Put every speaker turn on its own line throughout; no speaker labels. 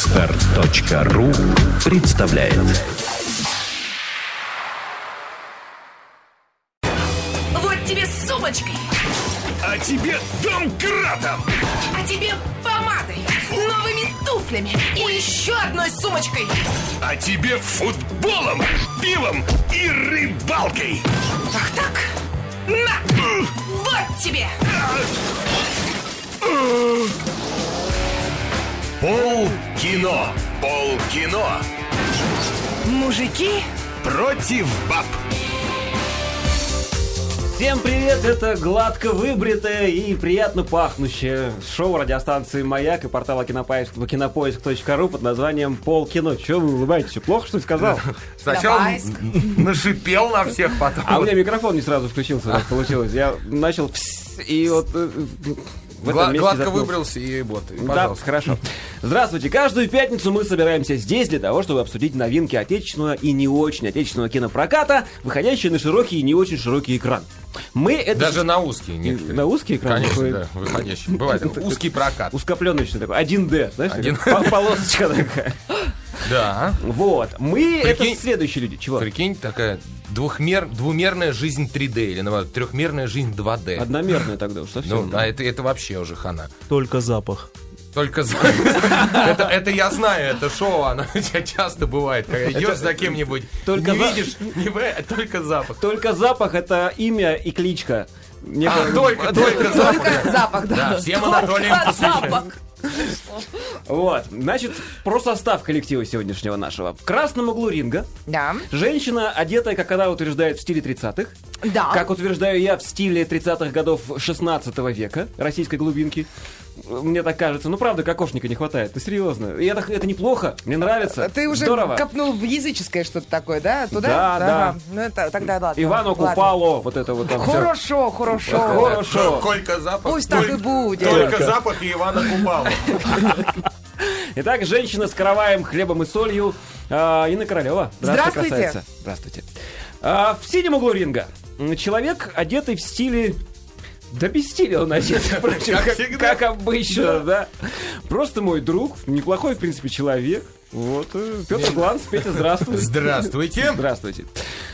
Отстар.ру представляет
Вот тебе сумочкой,
А тебе домкратом!
а тебе помадой, новыми туфлями и еще одной сумочкой.
А тебе футболом, пивом и рыбалкой!
Так так? На! Вот тебе!
Пол кино! Пол кино!
Мужики,
Против баб!
Всем привет, это гладко выбритое и приятно пахнущее шоу радиостанции «Маяк» и портала кинопоиск, кинопоиск.ру под названием «Полкино». Чего вы улыбаетесь? Я Плохо, что ли, сказал?
Сначала
Давай,
н- нашипел на всех, потом...
А у меня микрофон не сразу включился, так получилось. Я начал «пс», и вот э, в
Гла-
этом месте
гладко
запнулся.
выбрался и вот, и
Да,
пожалуйста.
хорошо. Здравствуйте. Каждую пятницу мы собираемся здесь для того, чтобы обсудить новинки отечественного и не очень отечественного кинопроката, выходящие на широкий и не очень широкий экран. Мы это...
Даже на узкие некоторые.
На узкий экран
Конечно,
выходит?
да, выходящие. Бывает узкий прокат.
Ускопленочный такой, 1D, знаешь,
Один.
такой, по- полосочка такая.
Да.
Вот, мы,
Прикинь.
это следующие люди, чего?
Прикинь, такая двухмер, двумерная жизнь 3D или наоборот, трехмерная жизнь 2D.
Одномерные тогда уж совсем.
Ну, а это, это вообще уже хана.
Только запах.
Только за... это, это я знаю, это шоу, оно у тебя часто бывает. Когда идешь за кем-нибудь,
Только
не
за-
видишь, не вы- а только запах.
Только запах это имя и кличка. Мне
А,
кажется-
только, только запах.
запах,
Да,
да.
всем Анатолием
Только
посвящаем.
запах.
Вот, значит, про состав коллектива сегодняшнего нашего. В красном углу ринга
Да,
женщина, одетая, как она утверждает, в стиле 30-х.
да.
Как утверждаю я, в стиле 30-х годов 16 века российской глубинки. Мне так кажется. Ну, правда, кокошника не хватает. Ну, серьезно. И это, это неплохо. Мне нравится.
А Ты уже
Здорово.
копнул в языческое что-то такое, да? Туда?
Да, да.
Ага. Ну, это, тогда ладно.
Ивану
ладно.
Купало, вот это вот там всё.
Хорошо, хорошо.
Хорошо.
Только запах.
Пусть так и
только-
будет. Ну,
Только запах и Ивана Купала.
Итак, женщина с караваем, хлебом и солью. а, Инна Королева. Здравствуй,
Здравствуйте.
красавица. Здравствуйте. А, в синем углу ринга м, человек, одетый в стиле... Да без стиля он одет, впрочем,
Как
как,
всегда.
как обычно, да. Просто мой друг, неплохой, в принципе, человек. Вот, э, Петр Гланс, Петя, здравствуй.
Здравствуйте.
Здравствуйте.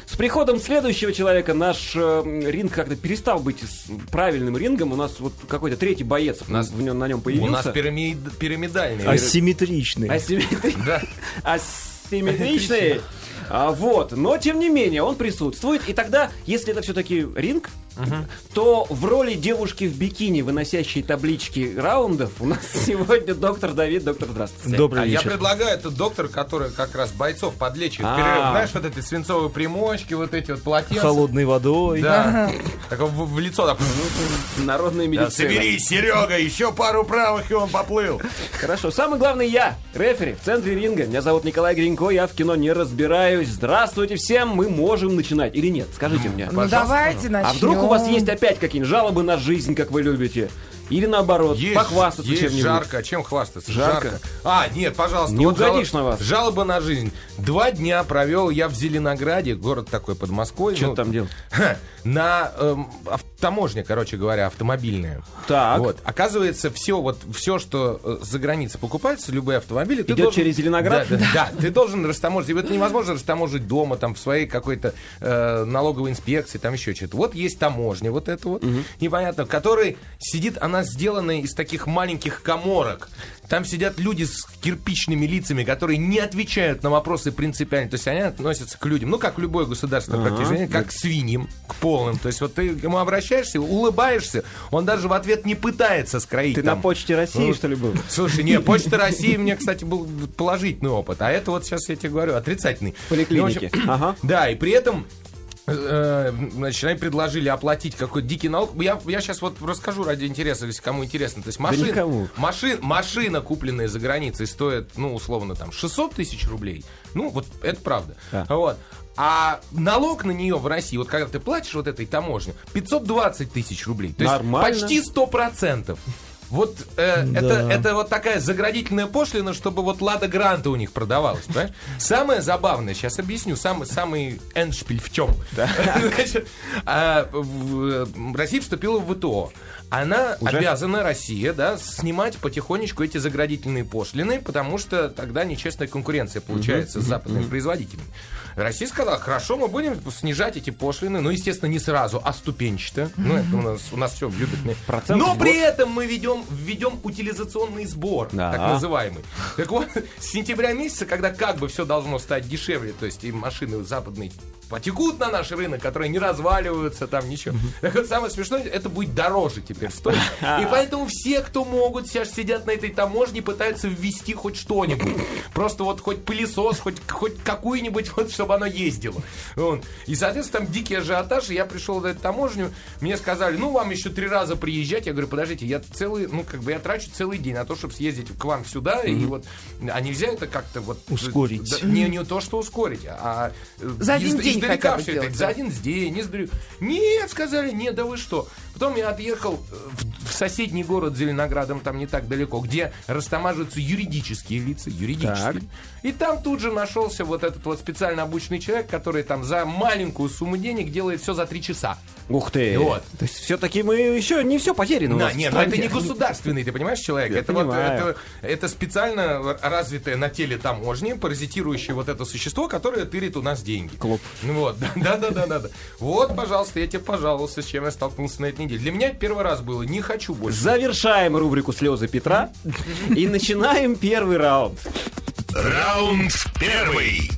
С приходом следующего человека наш э, м, ринг как-то перестал быть с- правильным рингом. У нас вот какой-то третий боец
нас-
в нем, на нем появился. А
У нас пирамид- пирамидальный. А
Асимметричный.
Асимметри-
Да.
Асимметричный. А, вот, но тем не менее он присутствует, и тогда, если это все-таки ринг, то в роли девушки в бикини, выносящей таблички раундов, у нас сегодня доктор Давид, доктор здравствуйте.
Добрый
А я
вечер.
предлагаю, это доктор, который как раз бойцов подлечит.
А.
Перерыв, знаешь, вот эти свинцовые примочки, вот эти вот полотенца.
Холодной водой.
Да. Так в, в лицо так.
Народная медицина.
Серега, еще пару правых, и он поплыл.
Хорошо, самый главный я, рефери, в центре ринга. Меня зовут Николай Гринько, я в кино не разбираюсь. Здравствуйте всем, мы можем начинать или нет? Скажите мне.
Ну, давайте начнем.
А вдруг у вас есть опять какие-нибудь жалобы на жизнь, как вы любите? Или наоборот,
Есть,
похвастаться
есть
чем-нибудь?
жарко. Чем хвастаться?
Жарко.
А, нет, пожалуйста.
Не
вот
угодишь
жалоб-
на вас.
Жалоба на жизнь. Два дня провел я в Зеленограде, город такой под Москвой.
Что
ну,
ты там делал?
На эм, ав- таможне, короче говоря, автомобильная.
Так.
Вот. Оказывается, все, вот, все, что э, за границей покупается, любые автомобили... ты
Идет через Зеленоград?
Да, да, да. ты должен растаможить. Это невозможно растаможить дома, там, в своей какой-то э, налоговой инспекции, там еще что-то. Вот есть таможня, вот это вот, непонятно, в которой сидит, она сделана из таких маленьких коморок. Там сидят люди с кирпичными лицами, которые не отвечают на вопросы принципиально. То есть они относятся к людям, ну, как любое государство, практически, как к свиньям, к полным. То есть вот ты к ему обращаешься, улыбаешься, он даже в ответ не пытается скроить
Ты
там.
на почте России,
Ну,
что ли, был?
Слушай, не, Почта России мне, кстати, был положительный опыт, а это вот сейчас я тебе говорю, отрицательный.
В поликлинике.
Ну, в общем,
Ага.
Да, и при этом э, значит, они предложили оплатить какой-то дикий налог. Я, я сейчас вот расскажу ради интереса, если кому интересно. То есть машин,
никому.
машин, машина, купленная за границей, стоит, ну, условно, там, 600 тысяч рублей. Ну, вот это правда.
Да.
Вот. А налог на нее в России, вот когда ты платишь вот этой таможне, 520 тысяч рублей. То есть
Нормально.
почти 100%. Вот э,
Да.
это, это вот такая заградительная пошлина, чтобы вот Лада Гранта у них продавалась, понимаешь? Самое забавное, сейчас объясню, самый, самый эншпиль в чем. Значит, а, в- в- Россия вступила в ВТО. Она обязана, Россия, да, снимать потихонечку эти заградительные пошлины, потому что тогда нечестная конкуренция получается с западными производителями. Россия сказала, хорошо, мы будем снижать эти пошлины, ну, естественно, не сразу, а ступенчато. Ну, это у нас, у нас все любят.
Процент
Но
в
при
год.
этом мы ведем, введем утилизационный сбор,
Да.
так называемый. Так вот, с сентября месяца, когда как бы все должно стать дешевле, то есть и машины западные потекут на наш рынок, которые не разваливаются, там ничего. Так вот, самое смешное, это будет дороже теперь стоить. И поэтому все, кто могут, сейчас сидят на этой таможне и пытаются ввести хоть что-нибудь. Просто вот хоть пылесос, хоть, хоть какую-нибудь, вот, чтобы оно ездило. Вот. И, соответственно, там дикий ажиотаж. И Я пришел на эту таможню, мне сказали, ну, вам еще три раза приезжать. Я говорю, подождите, я целый, ну, как бы я трачу целый день на то, чтобы съездить к вам сюда. И вот, а нельзя это как-то вот... э,
Ускорить.
Да, не, не то, что ускорить, а... э,
За один
изда-
день
издалека
хотя бы
всё
делать,
это,
да.
За один день, издалека. Нет, сказали, нет, да вы что. Потом я отъехал э, в, в соседний город Зеленоградом, там не так далеко, где растамаживаются юридические лица, юридические. И там тут же нашелся вот этот вот специально обученный человек, который там за маленькую сумму денег делает все за три часа.
Ух ты.
Вот.
То есть все-таки мы еще не все потеряно у
Да,
нас Ну, в
нет, но это
стране.
не государственный, ты понимаешь, человек?
Я
это, вот,
понимаю.
это, это специально развитое на теле таможни, паразитирующее вот это существо, которое тырит у нас деньги.
Клоп.
Ну Вот, да, да, да, да, да. Вот, пожалуйста, я тебе пожаловался, с чем я столкнулся на этой неделе. Для меня это первый раз было, не хочу больше.
Завершаем рубрику «Слезы Петра» и начинаем первый раунд.
Раунд первый.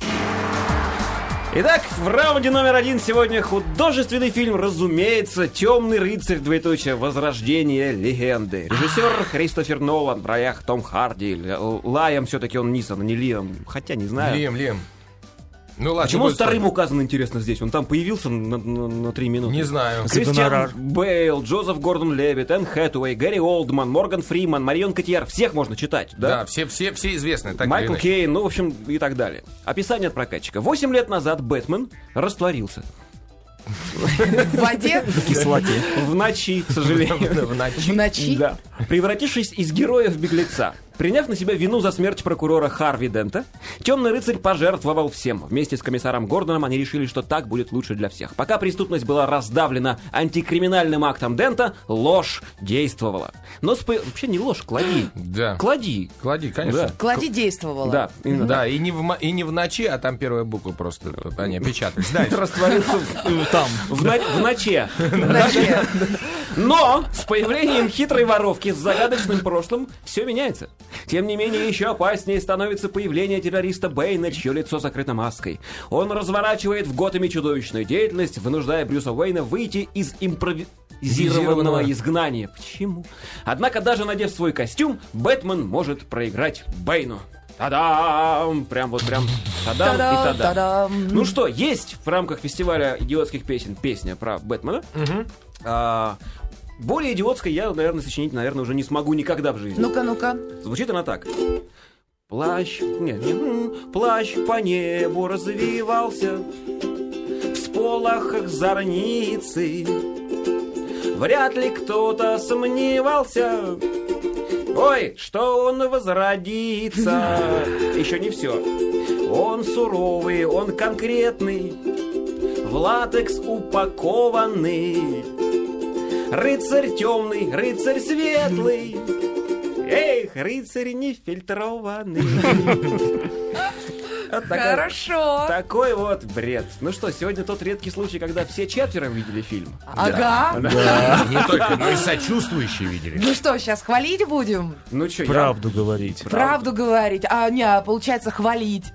Итак, в раунде номер один сегодня художественный фильм, разумеется, «Темный рыцарь. Двоеточие. Возрождение легенды». Режиссер Кристофер Нолан в роях Том Харди. Л- Лаем все-таки он Нисон, а не Лиам. Хотя не знаю.
Лем, Лем. Ну ладно.
Почему
будет
он вторым указан, интересно, здесь? Он там появился на, на- на три минуты.
Не знаю.
Кристиан
гонорар.
Бейл, Джозеф Гордон Левит, Энн Хэтуэй, Гэри Олдман, Морган Фриман, Марион Котьяр. Всех можно читать,
Да,
да?
все, все, все известны. Так или
Майкл
иначе.
Кейн, ну, в общем, и так далее. Описание от прокатчика. Восемь лет назад Бэтмен растворился.
В воде,
В кислоте.
В ночи, к сожалению.
В ночи.
в ночи.
Да. Превратившись из героя в беглеца, приняв на себя вину за смерть прокурора Харви Дента, темный рыцарь пожертвовал всем. Вместе с комиссаром Гордоном они решили, что так будет лучше для всех. Пока преступность была раздавлена антикриминальным актом Дента, ложь действовала. Но спо- вообще не ложь, клади.
Да.
Клади.
Клади, конечно.
Клади действовала.
Да, именно
Да, и не, в, ма- и не в ночи, а там первая буква просто. Они печатались. Дальше.
Растворился
Там.
в, на- в ноче.
В ночи.
Но с появлением хитрой воровки с загадочным прошлым все меняется. Тем не менее, еще опаснее становится появление террориста Бэйна, чье лицо закрыто маской. Он разворачивает в Готэме чудовищную деятельность, вынуждая Брюса Уэйна выйти из импровизированного
Изированного.
изгнания. Почему? Однако, даже надев свой костюм, Бэтмен может проиграть Бэйну. Та-дам! Прям вот прям та-дам
Та-дам,
и та-дам.
та-дам.
Ну что, есть в рамках фестиваля идиотских песен песня про Бэтмена. А, более идиотской я, наверное, сочинить, наверное, уже не смогу никогда в жизни.
Ну-ка, ну-ка.
Звучит она так. Плащ, не, не, м, плащ по небу развивался В сполохах зорницы Вряд ли кто-то сомневался Ой, что он возродится Еще не все Он суровый, он конкретный В латекс упакованный Рыцарь темный, рыцарь светлый Эх, рыцарь нефильтрованный. Вот такая-
Хорошо.
Такой вот бред. Ну что, сегодня тот редкий случай, когда все четверо видели фильм.
А, Ага.
Не только, но и сочувствующие видели.
Ну что, сейчас хвалить будем?
Ну что,
Правду говорить.
Правду говорить. А, не, а получается хвалить.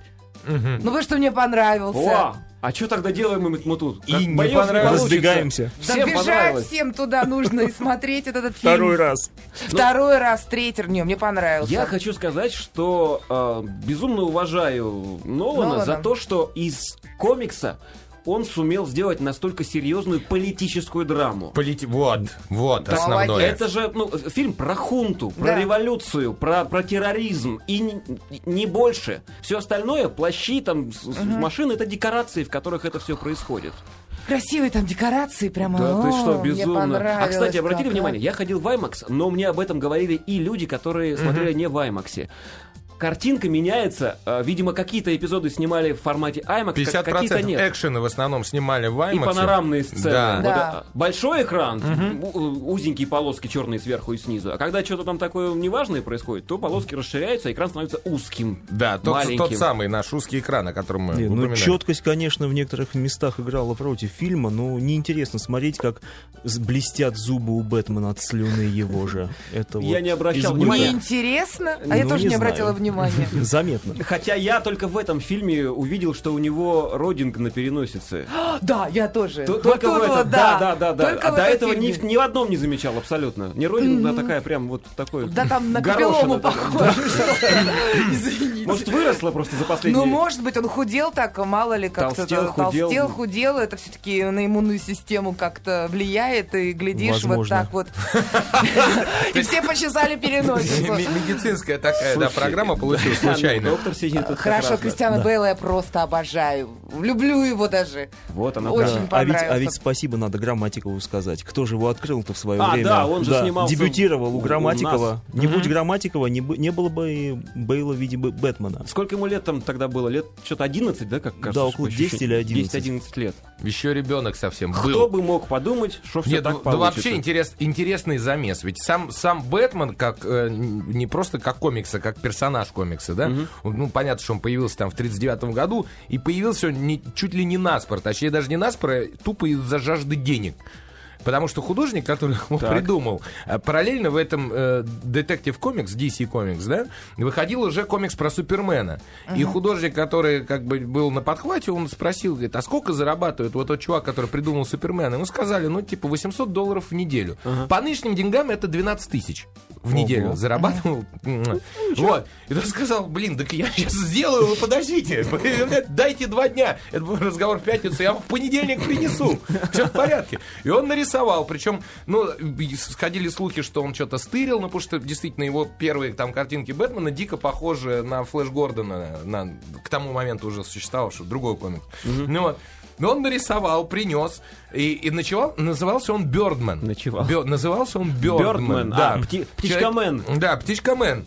Ну вы что мне
О,
понравился.
а что тогда делаем мы, мы тут? Как
И не
боёмся,
понравилось.
получится.
Раздвигаемся.
Да
Всем
бежать
понравилось.
всем туда нужно и смотреть этот, этот фильм.
Второй раз.
Второй раз, третий. Не, мне понравился.
Ну, Я хочу сказать, что э, безумно уважаю Нолана,
Нолана.
за то, что из комикса он сумел сделать настолько серьезную политическую драму.
Полити... Вот, вот
Давайте.
основное.
Это же ну, фильм про хунту, про
Да.
революцию, про, про терроризм и не, не больше. Все остальное, плащи, там, с- с- машины, это декорации, в которых это все происходит.
Красивые там декорации прямо.
Да, ты
О,
что,
мне
безумно. А,
понравилось
кстати, обратили
как,
внимание, я ходил в IMAX, но мне об этом говорили и люди, которые смотрели не в IMAX. Картинка меняется. э, Видимо, какие-то эпизоды снимали в формате IMAX, как-
50%
какие-то нет.
экшена в основном снимали в
И
IMAX.
панорамные сцены.
Да.
Вот,
Да.
э, Большой экран, у- узенькие полоски черные сверху и снизу. А когда что-то там такое неважное происходит, то полоски расширяются, а экран становится узким.
Да, тот,
маленьким.
тот самый наш узкий экран, о котором мы
Не, ну,
упоминали.
четкость, конечно, в некоторых местах играла против фильма, но неинтересно смотреть, как с- блестят зубы у Бэтмена от слюны его же. Это
Я
вот
не обращал
из
да. Мне
внимания.
Бэтмена.
интересно, а
Ну,
я тоже
не
не обратила
знаю.
внимания.
Заметно.
Хотя я только в этом фильме увидел, что у него родинг на переносице.
А, Да, я тоже.
Т-
Вот
Только
тут
в этом.
вот,
Да, да, да, да.
Только
А
в
до
этом
этого ни,
фильме.
в- ни в одном не замечал абсолютно. Не родина, а такая прям вот такой.
Да там на
горошина
капеллому
такая.
похоже. Извините.
Может, выросла просто за последние...
Ну, может быть, он худел так, мало ли, как-то
Толстел,
да,
худел.
толстел, худел, это все-таки на иммунную систему как-то влияет, и глядишь вот
Возможно.
так вот. И все почесали переносицу.
М- Медицинская такая да,
Слушай,
программа получилась
Да, ну,
случайно.
доктор сидит тут как
Хорошо,
раз, да.
Кристиана Бейла я просто обожаю. Люблю его даже.
Вот она,
Очень
да.
А ведь,
понравился.
а ведь спасибо надо Грамматикову сказать. Кто же его открыл-то в свое
А,
время?
да, он же снимался
Дебютировал
у
у Грамматикова. Не будь Грамматикова, не, бы- не было бы и Бейла в виде Б- Бэтмена.
Сколько ему лет там тогда было? Лет что-то 11, да, как кажется?
Да, около
по ощущениям?
10 или 11.
10-11 лет.
Еще ребенок совсем был.
Кто бы мог подумать, что все
Нет,
так
ну, да
получится.
вообще интерес, интересный замес. Ведь сам, сам Бэтмен, как э, н- не просто как комикса, как персонаж комикса, да? Он, Ну, понятно, что он появился там в 39 году, и появился он не- чуть ли не наспор, точнее, даже не наспор, а тупо из-за жажды денег. Потому что художник, который его придумал, а, параллельно в этом э, детектив комикс, DC комикс, да, выходил уже комикс про Супермена. И художник, который как бы был на подхвате, он спросил, говорит, а сколько зарабатывает вот тот чувак, который придумал Супермена? Ему сказали, ну, типа 800 долларов в неделю. По нынешним деньгам это 12 тысяч в неделю зарабатывал. М. Вот. И тот сказал, блин, так я сейчас сделаю, вы подождите, Вы, блядь, дайте два дня. Это был разговор в пятницу, я вам в понедельник принесу. Все в порядке. И он нарисовал, причем, ну, и сходили слухи, что он что-то стырил, ну, потому что действительно его первые там картинки Бэтмена дико похожи на Флэш Гордона, на, к тому моменту уже существовавшего, другой комик. Ну вот. Но он нарисовал, принес, и, и ночевал, назывался он Бёрдмен.
Ночевал.
Бё- назывался он
Бёрдмен,
Бёрдмен.
а, пти- птичкамен.
Человек- да, птичкамен.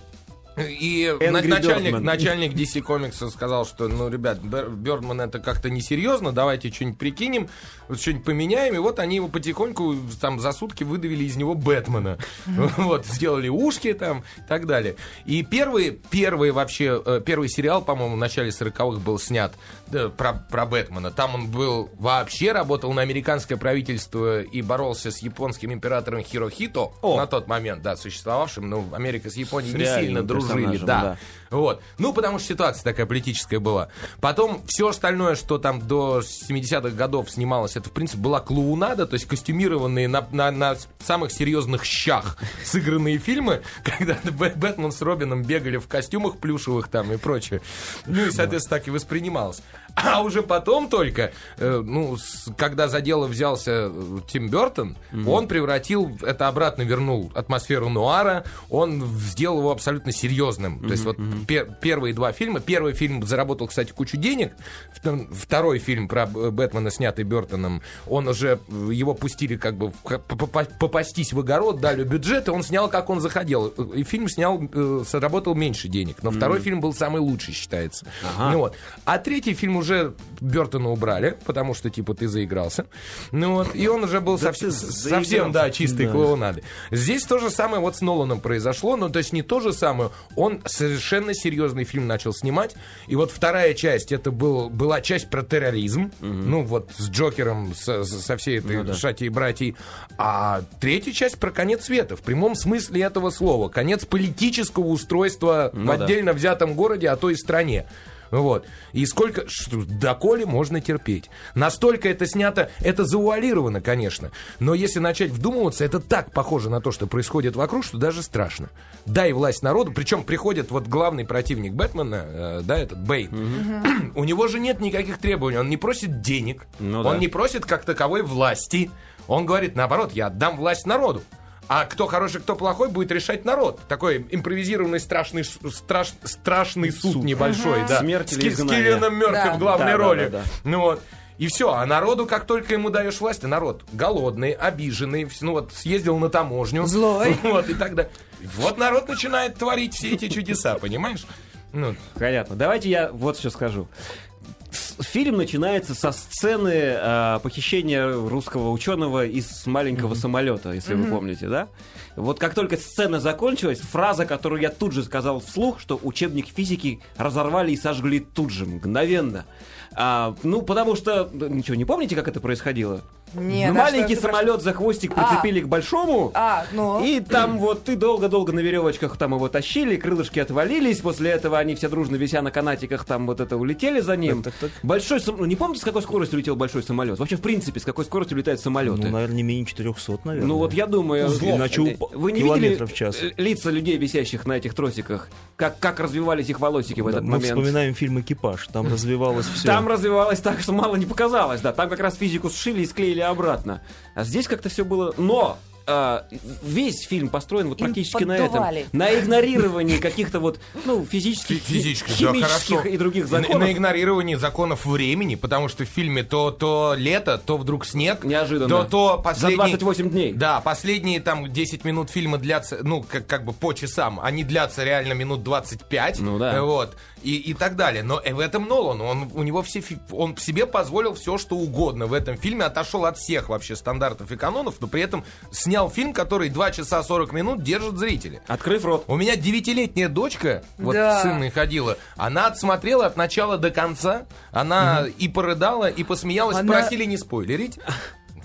И
Angry
на- начальник,
Birdman.
начальник DC комикса сказал, что, ну, ребят, Бер- Бёрдман это как-то несерьезно, давайте что-нибудь прикинем, вот что-нибудь поменяем, и вот они его потихоньку там за сутки выдавили из него Бэтмена. Вот, сделали ушки там и так далее. И первый, первый вообще, э, первый сериал, по-моему, в начале 40-х был снят да, про, про Бэтмена. Там он был вообще, работал на американское правительство и боролся с японским императором Хирохито
О.
на тот момент, да, существовавшим, но Америка с Японией не
реальным
сильно дружили,
персонажем,
да. Вот. Ну, потому что ситуация такая политическая была. Потом все остальное, что там до 70-х годов снималось, это, в принципе, была клоунада, то есть костюмированные на, на- на самых серьезных щах сыгранные фильмы, когда Б- Бэтмен с Робином бегали в костюмах плюшевых там и прочее. Ну и, соответственно, так и воспринималось. А уже потом только, э, ну, с- когда за дело взялся э, Тим Бертон, он превратил это обратно, вернул атмосферу нуара, он в- сделал его абсолютно серьезным. То есть вот пер- первые два фильма, первый фильм заработал, кстати, кучу денег, втор- второй фильм про Б- Бэтмена, снятый Бертоном, он уже э, его пустили как бы в- к- попа- попастись в огород, дали бюджет, и он снял, как он захотел. И фильм снял, э, заработал меньше денег, но второй фильм был самый лучший, считается. Ну вот. А третий фильм уже Бертона убрали, потому что, типа, ты заигрался. Ну вот, и он уже был совсем, совсем, да, чистой клоунады. Здесь то же самое вот с Ноланом произошло, но то есть не то же самое, он совершенно серьезный фильм начал снимать, и вот вторая часть, это был, была часть про терроризм, ну вот с Джокером, со, со- со всей этой шати и братьей, а третья часть про конец света, в прямом смысле этого слова, конец политического устройства в отдельно взятом городе, а то и стране. Вот. И сколько... Что, доколе можно терпеть? Настолько это снято... Это завуалировано, конечно. Но если начать вдумываться, это так похоже на то, что происходит вокруг, что даже страшно. Дай власть народу. Причем приходит вот главный противник Бэтмена, э, да, этот Бэйн. У него же нет никаких требований. Он не просит денег.
Ну
он
да.
не просит как таковой власти. Он говорит, наоборот, я отдам власть народу. А кто хороший, кто плохой, будет решать народ. Такой импровизированный страшный, ш- страш- страшный суд, небольшой. Да.
Смерть
С
или
Ки- с
изгнание.
Киллианом Мёрфи
Да.
в главной
Да, да,
роли.
да, да.
Ну вот. И все. А народу, как только ему даешь власть, а народ голодный, обиженный, вс- ну вот съездил на таможню.
Злой.
Вот, и так далее. Вот народ начинает творить все эти чудеса, понимаешь? Ну,
Понятно. Давайте я вот что скажу. С- Фильм начинается со сцены э, похищения русского ученого из маленького самолета, если вы помните, да? Вот как только сцена закончилась, фраза, которую я тут же сказал вслух, что учебник физики разорвали и сожгли тут же, мгновенно. А, ну, потому что... Ничего, не помните, как это происходило?
Не,
Ну,
да,
маленький
что ты
самолет за хвостик
А.
прицепили к большому.
А, ну.
И там вот ты долго-долго на веревочках там его тащили, крылышки отвалились, после этого они все дружно, вися на канатиках, там вот это улетели за ним.
Так, так, так.
Большой сам- ну, не помните, с какой скоростью летел большой самолет? Вообще, в принципе, с какой скоростью летают
Ну,
самолеты? Ну,
наверное, не менее 400, наверное.
вот я думаю,
Узлов. Иначе уп-
вы не видели
километров в час.
э, лица людей, висящих на этих тросиках? Как, как развивались их волосики в
Ну Да,
этот
мы
момент?
вспоминаем фильм «Экипаж». Там развивалось все.
Там развивалось так, что мало не показалось, да. Там как раз физику сшили и склеили обратно. А здесь как-то все было... Но а, весь фильм построен вот
Им
практически на этом.
поддували.
На игнорировании каких-то вот, ну, физических, хи-
физически, да,
химических
хорошо.
и других
На, на
законов.
игнорировании законов времени, потому что в фильме то, то лето, то вдруг снег.
Неожиданно.
То, то
За
последний...
28 дней.
Да, последние там 10 минут фильма длятся, ну, как, как бы по часам, они длятся реально минут 25.
Ну да.
э, Вот. И, и так далее. Но э, в этом Нолан, он, у него все, фи- он себе позволил все, что угодно в этом фильме, отошел от всех вообще стандартов и канонов, но при этом снял фильм, который 2 часа 40 минут держит зрителя.
Открыв рот.
У меня девятилетняя дочка, вот
Да.
с сыном ходила, она отсмотрела от начала до конца, она и порыдала, и посмеялась,
Она-
просили не спойлерить.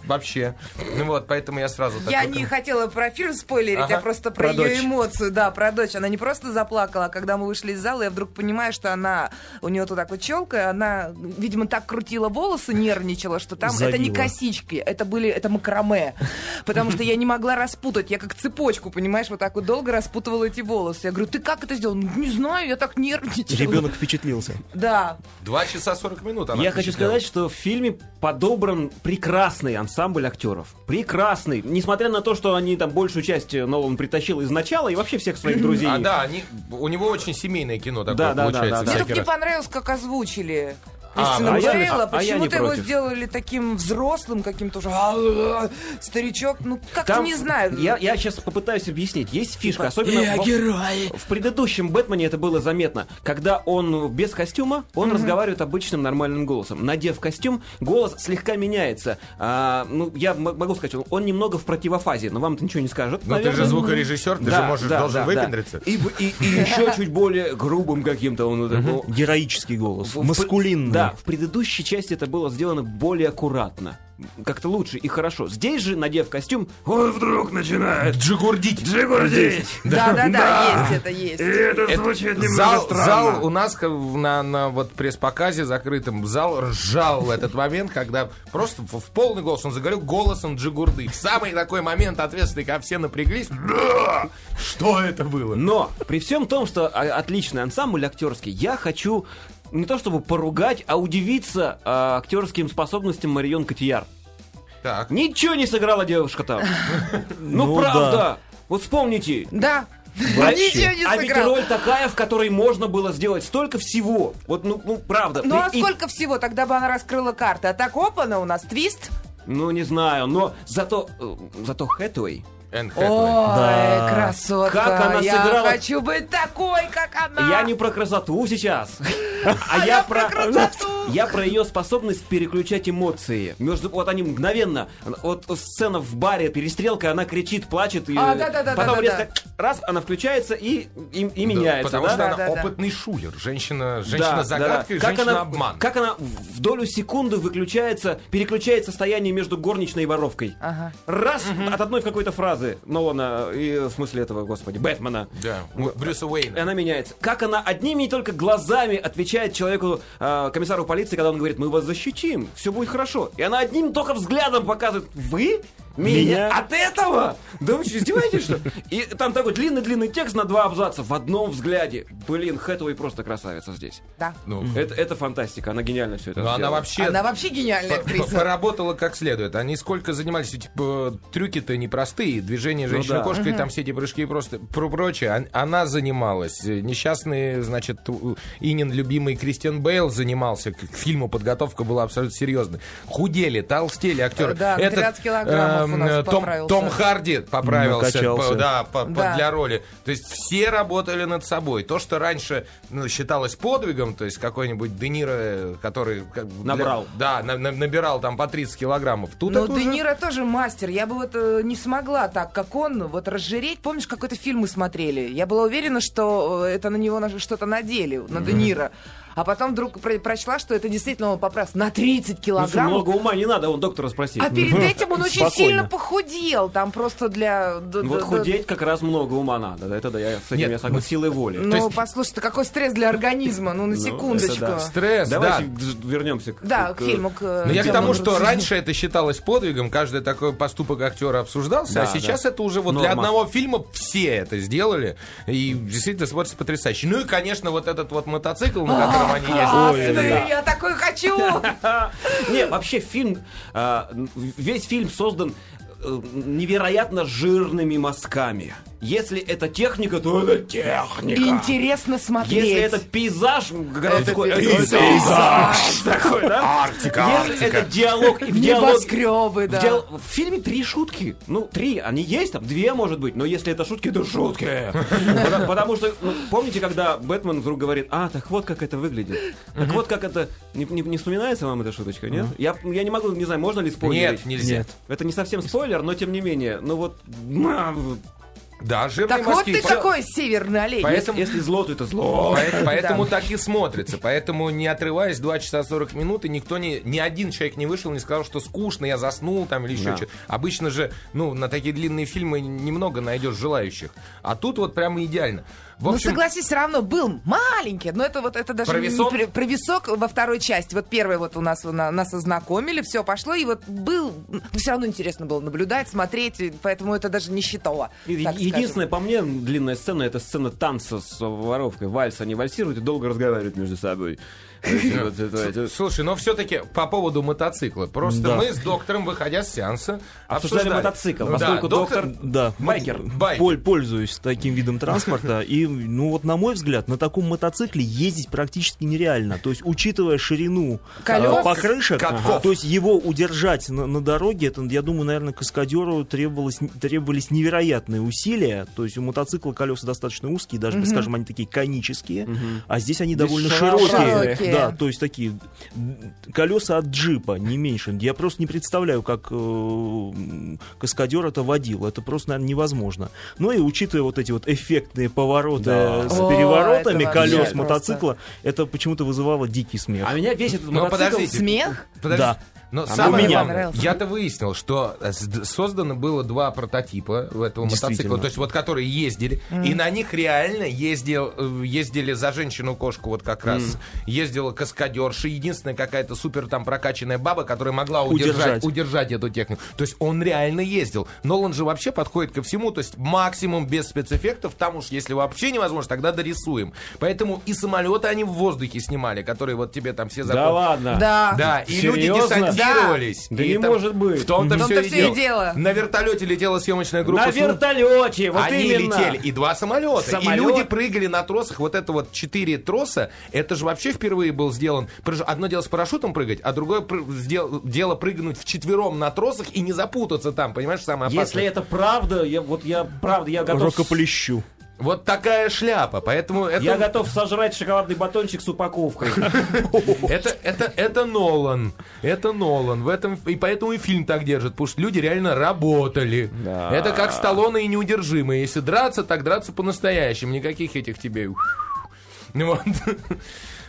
Вообще. Ну вот, поэтому я сразу так
Я
вот-
не хотела про фильм спойлерить,
Ага.
а просто про,
Про
ее
дочь.
эмоцию. Да, про дочь. Она не просто заплакала, а когда мы вышли из зала, я вдруг понимаю, что она у нее тут так вот челка, она, видимо, так крутила волосы, нервничала, что там это не
Завила.
косички, это были это макраме. Потому что я не могла распутать. Я как цепочку, понимаешь, вот так вот долго распутывала эти волосы. Я говорю, ты как это сделал? «Ну, Не знаю, я так нервничала.
Ребенок впечатлился.
Да.
Два часа 40 минут она
Я хочу
впечатляла.
сказать, что в фильме подобран прекрасный ансамбль актеров. Прекрасный. Несмотря на то, что они там большую часть э, Нолан притащил из начала и вообще всех своих друзей.
А, да, они, у него очень семейное кино такое
Да, да, да,
получается.
да, да.
Мне
всякий
только не
раз.
понравилось, как озвучили.
А,
Кристина
а я-
Гуэрла,
а- а я не
почему-то его
против.
сделали таким взрослым, каким-то уже «А, а, а, старичок, ну как-то
Там-
не знаю. Типа, «Э,
Я, я сейчас попытаюсь объяснить. Есть фишка, особенно
«Я
во-
герой!»
в предыдущем Бэтмене это было заметно. Когда он без костюма, он разговаривает обычным нормальным голосом. Надев костюм, голос слегка меняется. А, ну, я м- могу сказать, он, он немного в противофазе, но вам это ничего не скажет.
Ну ты же
наверное.
звукорежиссер, ты же
Да,
можешь,
да,
должен
да,
выпендриться.
да. И, еще чуть более грубым каким-то он. вот такой.
Героический
В-
голос.
в-
Маскулинный.
Да, в предыдущей части это было сделано более аккуратно. Как-то лучше и хорошо. Здесь же, надев костюм, он вдруг начинает
Джигурдить.
джигурдить.
Да, да, да, Э. есть это, есть.
Это, звучит
Зал, зал у нас как в- на, на вот пресс-показе закрытом, зал ржал в этот момент, когда просто в, в полный голос он заговорил голосом Джигурды. В самый такой момент ответственный, когда все напряглись. «Да! Что это было?
Но при всем том, что а, отличный ансамбль актерский, я хочу не то чтобы поругать, а удивиться а, актерским способностям Марион Котияр.
Так.
Ничего не сыграла девушка там. Ну
Ну
правда.
да.
Вот вспомните.
Да,
Вообще.
ничего не
А ведь
сыграл.
роль такая, в которой можно было сделать столько всего. Вот, ну, ну, правда.
Ну а
И- и-
сколько всего, тогда бы она раскрыла карты. А так, опа, она у нас твист.
Ну, не знаю, но зато, э, зато Хэтуэй.
Энн
Ой,
Хэтэуэй.
Да.
красотка.
Как она
я
сыграла?
хочу быть такой, как она.
Я не про красоту сейчас, а я про... Я про ее способность переключать эмоции. Между, вот они мгновенно. Вот сцена в баре, перестрелка, она кричит, плачет. И,
А, да-да-да-да-да-да.
Потом резко раз, она включается и, и, и меняется.
Потому
да?
что она
Да, да, да.
опытный шулер. Женщина,
Да,
женщина загадка
да,
и
да.
женщина
она,
обман.
Как она в долю секунды выключается, переключает состояние между горничной и воровкой.
Ага.
Раз от одной какой-то фразы Нолана, и, в смысле этого, господи, Бэтмена.
Да, у Брюса
И
Уэйна.
она меняется. Как она одними и только глазами отвечает человеку, э, комиссару полиции, когда он говорит, мы вас защитим, все будет хорошо. И она одним только взглядом показывает, вы? Меня?
Меня?
От этого? Да вы что, издеваетесь, что ли? И там такой длинный-длинный текст на два абзаца в одном взгляде. Блин, Хэтуэй просто красавица здесь.
Да.
Ну,
Это, это фантастика, она гениально все это
ну, она
сделала.
вообще...
Она вообще гениальная
п- п-
актриса.
Поработала как следует. Они сколько занимались, ведь, э, трюки-то непростые, движение женщины-кошкой, там все эти прыжки и просто про- прочее. Ан- Она занималась. Э, Несчастный, значит, у- Инин, любимый Кристиан Бейл занимался. К к фильму подготовка была абсолютно серьезной. Худели, толстели актеры.
Э, Да, на 13 килограммов у нас
э, Том,
поправился.
Том Харди поправился.
Накачался.
п- да, по- по-
Да.
для роли. То есть все работали над собой. То, что раньше ну, считалось подвигом, то есть какой-нибудь Де Ниро, э, который... как бы для-
Набрал.
да, на- на- набирал там по 30 килограммов. Тут
Но
это
Де
уже-
Ниро тоже мастер. Я бы вот э, не смогла так, как он, вот разжиреть. Помнишь, какой-то фильм мы смотрели? Я была уверена, что э, это на него на- что-то надели, на Де Ниро. А потом вдруг про- прочла, что это действительно он поправился на 30
Ну, слушай,
килограммов.
много ума не надо, он доктора спросить.
А перед этим он очень
Спокойно.
сильно похудел. Там просто для...
Ну,
д- д-
вот
д-
худеть как раз много ума надо. Да, Это да, я с этим
Нет,
я согласен. Силой воли.
Ну, послушай, это какой стресс для организма. Ну, на секундочку.
это да.
Стресс,
Давайте
да.
в- вернемся к,
Да, к фильму, к, э,
Но Ну, я к
Дело
тому,
в
что
разуме.
раньше это считалось подвигом, каждый такой поступок актера обсуждался, а
Да,
сейчас
да.
это уже вот для
Норма.
одного фильма все это сделали, и действительно смотрится потрясающе. Ну и, конечно, вот этот вот мотоцикл, на котором они ездят.
Классный, я такой хочу!
Не, вообще фильм, а, н- весь фильм создан э, невероятно жирными мазками. Если это техника, то это техника.
Интересно смотреть.
Если это пейзаж городской,
Это
это пейзаж такой, да? Если это диалог, и в диалог
Небоскребы, да.
В, диал- в фильме три шутки. Ну, три, они есть, там две, может быть, но если это шутки, то шутки. Потому, потому что, ну, помните, когда Бэтмен вдруг говорит, а, так вот как это выглядит. Так вот как это... Не, не- не вспоминается вам эта шуточка, нет? Я, я не могу, не знаю, можно ли спойлерить?
Нет, нельзя.
Нет.
Это не совсем спойлер, но тем не менее. Ну вот... м,
Да, жирные
Так вот
мазки.
ты
По-
какой северный олень.
Поэтому-
Если зло, то это зло.
Поэ- Поэтому так и смотрится. Поэтому, не отрываясь 2 часа 40 минут, и никто не, ни один человек не вышел, не сказал, что скучно, я заснул там или еще
Да.
что-то. Обычно же, ну, на такие длинные фильмы немного найдешь желающих. А тут вот прямо идеально. В
Ну,
общем,
согласись, все равно был маленький, но это вот это даже
Провисок?
не пр- провисок во второй части. Вот первый вот у нас на- нас ознакомили, все пошло, и вот был, все равно интересно было наблюдать, смотреть, и поэтому это даже не считало.
Е-
так скажем.
Единственная, по мне, длинная сцена это сцена танца с воровкой. Вальс они вальсируют и долго разговаривают между собой. То есть вот это- это-
Слушай, но все-таки по поводу мотоцикла. Просто
Да.
мы с доктором, выходя с сеанса,
Обсуждали
обсуждали,
мотоцикл,
Ну
поскольку
да,
доктор-
Да.
Байкер.
Байкер.
Поль- пользуюсь таким видом транспорта. И, ну вот, на мой взгляд, на таком мотоцикле ездить практически нереально. То есть, учитывая ширину
Колес?
э, покрышек,
Катков.
то есть его удержать на, на дороге, это, я думаю, наверное, каскадеру требовалось, требовались невероятные усилия. То есть у мотоцикла колеса достаточно узкие, даже, скажем, они такие конические, а здесь они довольно
широкие.
широкие.
Широкие.
Да, то есть такие м, колеса от джипа, не меньше. Я просто не представляю, как э, м, каскадер это водил. Это просто, наверное, невозможно. Ну и учитывая вот эти вот эффектные повороты
Да.
с
О,
переворотами
это
колес
вообще
мотоцикла, это почему-то вызывало дикий смех.
А меня весь этот
Но
мотоцикл...
подождите.
Смех?
Подожди.
Да. А
Но
мне
самое
меня.
главное, я-то выяснил, что э, сд- создано было два прототипа у этого мотоцикла,
Действительно.
то есть вот которые ездили, и на них реально ездил, э, ездили за женщину-кошку вот как раз, ездила каскадерша, единственная какая-то супер там прокачанная баба, которая могла удержать,
Удержать.
удержать эту технику. То есть он реально ездил. Нолан же вообще подходит ко всему, то есть максимум без спецэффектов, там уж если вообще невозможно, тогда дорисуем. Поэтому и самолеты они в воздухе снимали, которые вот тебе там все
Да
запомнили.
ладно.
Да.
Да, и люди
Серьезно?
десантировались.
Да
И
не
там-
может быть.
В том-то,
В
все,
том-то
и
всё
дело.
и дело.
На вертолете летела съемочная группа.
На
с-
вертолете, вот
Они
именно.
летели. И два самолета.
Самолет.
И люди прыгали на тросах. Вот это вот четыре троса. Это же вообще впервые был сделан. прыж- Одно дело с парашютом прыгать, а другое пры- сдел- дело прыгнуть вчетвером на тросах и не запутаться там. Понимаешь, самое опасное.
Если это правда, я, вот я правда, я готов...
Рукоплещу.
Вот такая шляпа. Поэтому это...
Я готов сожрать шоколадный батончик с упаковкой.
Это, это, это Нолан. Это Нолан. В этом, и поэтому и фильм так держит, потому что люди реально работали. Это как Сталлоне и неудержимые. Если драться, так драться по-настоящему. Никаких этих тебе... Ну вот.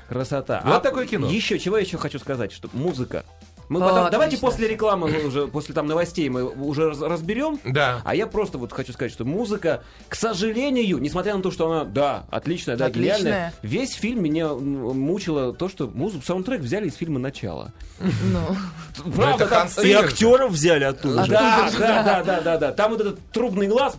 Красота.
Вот такое кино.
А Еще, чего я еще хочу сказать, что музыка Мы
О,
потом- давайте
А, отлично.
после рекламы, мы уже после там новостей мы уже раз- разберем.
Да.
А я просто вот хочу сказать, что музыка, к сожалению, несмотря на то, что она, да, отличная, да,
Отличная.
гениальная, весь фильм меня м, мучило то, что музыку, саундтрек взяли из фильма «Начало».
Ну,
это
там-
Ханс
И
Циммер.
актеров взяли оттуда. же.
Да, да, да, да, да, да. Там вот этот трубный глаз.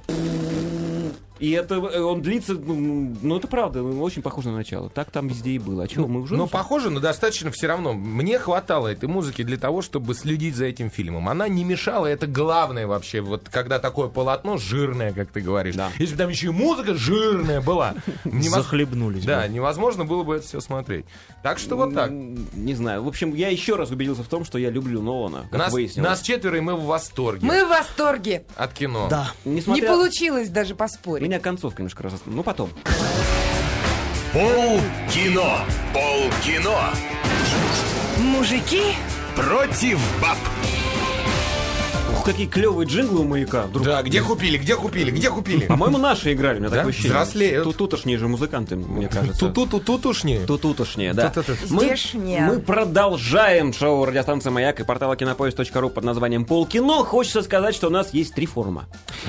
И это э, он длится, ну, ну, это правда, ну, очень похоже на начало. Так там везде и было. А чего мы уже?
Но похоже, но достаточно все равно. Мне хватало этой музыки для того, чтобы следить за этим фильмом. Она не мешала, это главное вообще. Вот когда такое полотно жирное, как ты говоришь.
Да.
Если бы там еще и музыка жирная была. невоз-
Захлебнулись.
А, Да,
бы.
невозможно было бы это все смотреть. Так что вот так.
М, Не знаю. В общем, я еще раз убедился в том, что я люблю Нолана. Как
Нас,
выяснилось.
нас четверо, и мы в восторге
мы в восторге.
от кино.
Да.
Не
Несмотря...
получилось даже поспорить.
Меня концовка немножко раз... Ну, потом.
Пол кино. Пол кино.
Мужики,
Против баб.
Ух, какие клевые джинглы у маяка. Вдруг.
Да, где купили, где купили, где купили?
По-моему, наши играли, у меня
Да?
такое ощущение.
Взрослеют.
Тут- Тутошние же музыканты, мне кажется.
Ту-ту-ту-тутушнее.
Тутутошнее, да.
Тутутушнее.
Мы-
Здешнее.
Мы продолжаем шоу радиостанции «Маяк» и портала кинопоиск.ру под названием «Полкино». Хочется сказать, что у нас есть три форума.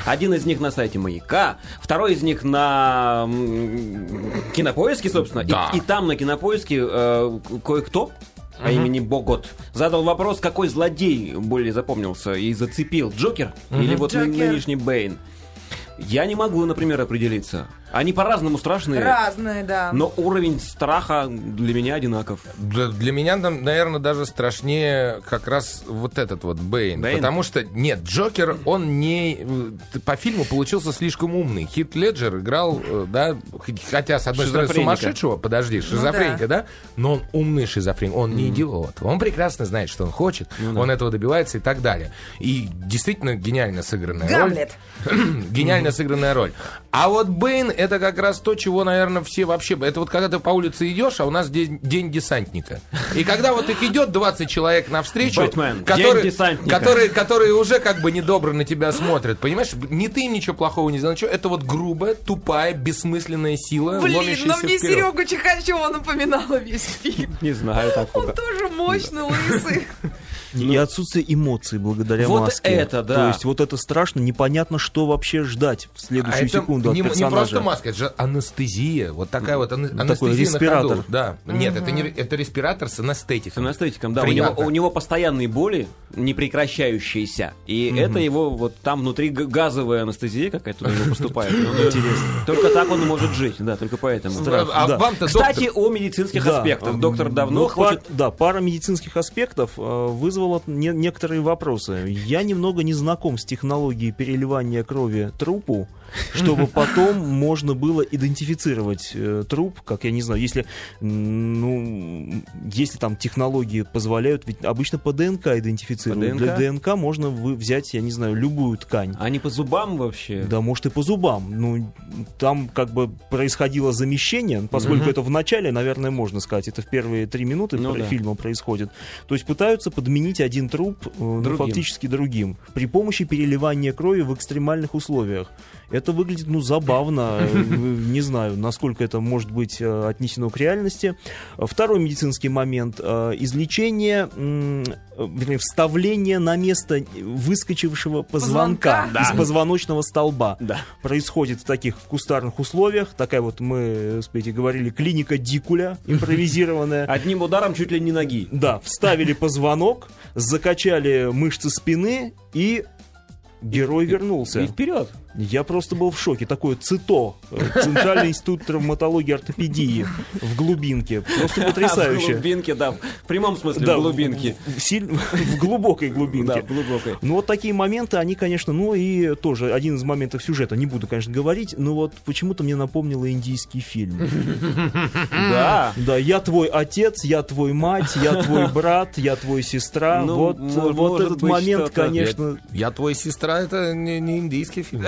Один из них на сайте «Маяка», второй из них на м, «Кинопоиске», собственно. И-
Да.
И, там на «Кинопоиске» э, к- кое-кто по имени Богот задал вопрос, какой злодей более запомнился и зацепил, Джокер или вот ны-
Джокер.
нынешний Бэйн? Я не могу, например, определиться. Они по-разному страшные.
разные, да.
Но уровень страха для меня одинаков.
Да, Для меня, наверное, даже страшнее как раз вот этот вот Бэйн.
Бэйн?
Потому что, нет, Джокер, он не... э, По фильму получился слишком умный. Хит Леджер играл, э, да, х- хотя, с одной стороны,
Шизофреника.
сумасшедшего, подожди, шизофреника, да. но он умный шизофреник, он не идиот. Он прекрасно знает, что он хочет,
Ну
он этого добивается и так далее. И действительно гениально сыгранная
Гамлет.
роль гениально сыгранная роль. А вот Бэйн это как раз то, чего, наверное, все вообще... Это вот когда ты по улице идешь, а у нас день, день десантника. И когда вот их идет 20 человек навстречу,
Бэтмен, день десантника.
которые, которые уже как бы недобро на тебя смотрят, понимаешь? Не ты им ничего плохого не сделал, ничего. Это вот грубая, тупая, бессмысленная сила,
Блин,
ломящаяся
но мне
вперед.
Серегу Чехачева напоминала весь фильм.
Не знаю
Он
такого.
тоже мощный, лысый.
Ну,
И отсутствие эмоций благодаря
Вот
маске.
это да.
То есть вот это страшно, непонятно, что вообще ждать в
А
следующую
это
секунду от
не, не
персонажа.
просто маска, это же анестезия. Вот такая вот ане-
такой
анестезия
респиратор.
на ходу. Да. Нет, это, не, это респиратор с
С
анестетиком.
анестетиком, да. У
Приятно.
него, у него постоянные боли, не прекращающиеся. И это его вот там внутри г- газовая анестезия какая-то у него поступает. Ну, Интересно. Только так он и может жить, да, только поэтому.
А
да.
вам-то,
Кстати, о медицинских
Да.
аспектах. Доктор давно
Ну, пар-
хочет...
Да, пара медицинских аспектов э, вызвала не- некоторые вопросы. Я немного не знаком с технологией переливания крови трупу, чтобы потом можно было идентифицировать э, труп, как я не знаю, если, м, ну, если там технологии позволяют, ведь обычно по ДНК идентифицируют.
По
Для
ДНК?
ДНК можно вы- взять, я не знаю, любую ткань.
А не по зубам вообще?
Да, может, и по зубам. Ну, там как бы происходило замещение, ну, поскольку это в начале, наверное, можно сказать, это в первые три минуты
Ну
про-
да.
фильма происходит. То есть пытаются подменить один труп э, ну,
Другим.
фактически другим при помощи переливания крови в экстремальных условиях. Это выглядит, ну, забавно. Э, Не знаю, насколько это может быть э, отнесено к реальности. Второй медицинский момент. э, Излечение, м, э, вернее, вставление на место выскочившего позвонка,
Позвонка?
из позвоночного столба
Да.
происходит в таких в кустарных условиях. Такая вот мы, успейте, говорили, клиника Дикуля импровизированная.
Одним ударом чуть ли не ноги.
Да, вставили позвонок, закачали мышцы спины и герой
И
вернулся.
вперед.
Я просто был в шоке. Такое ЦИТО, э, Центральный институт травматологии и ортопедии в глубинке. Просто
В
потрясающе.
глубинке, да. В прямом смысле,
Да,
в глубинке.
В, в силь- в глубокой
Да,
глубинке.
в глубокой.
Ну вот такие моменты, они, конечно, ну и тоже один из моментов сюжета, не буду, конечно, говорить, но вот почему-то мне напомнило индийский фильм.
Да.
Да, я твой отец, я твой мать, я твой брат, я твой сестра.
Ну,
Вот
мо-
вот
может
этот
быть,
момент,
что-то.
конечно,
Я твоя сестра, это не, не индийский фильм.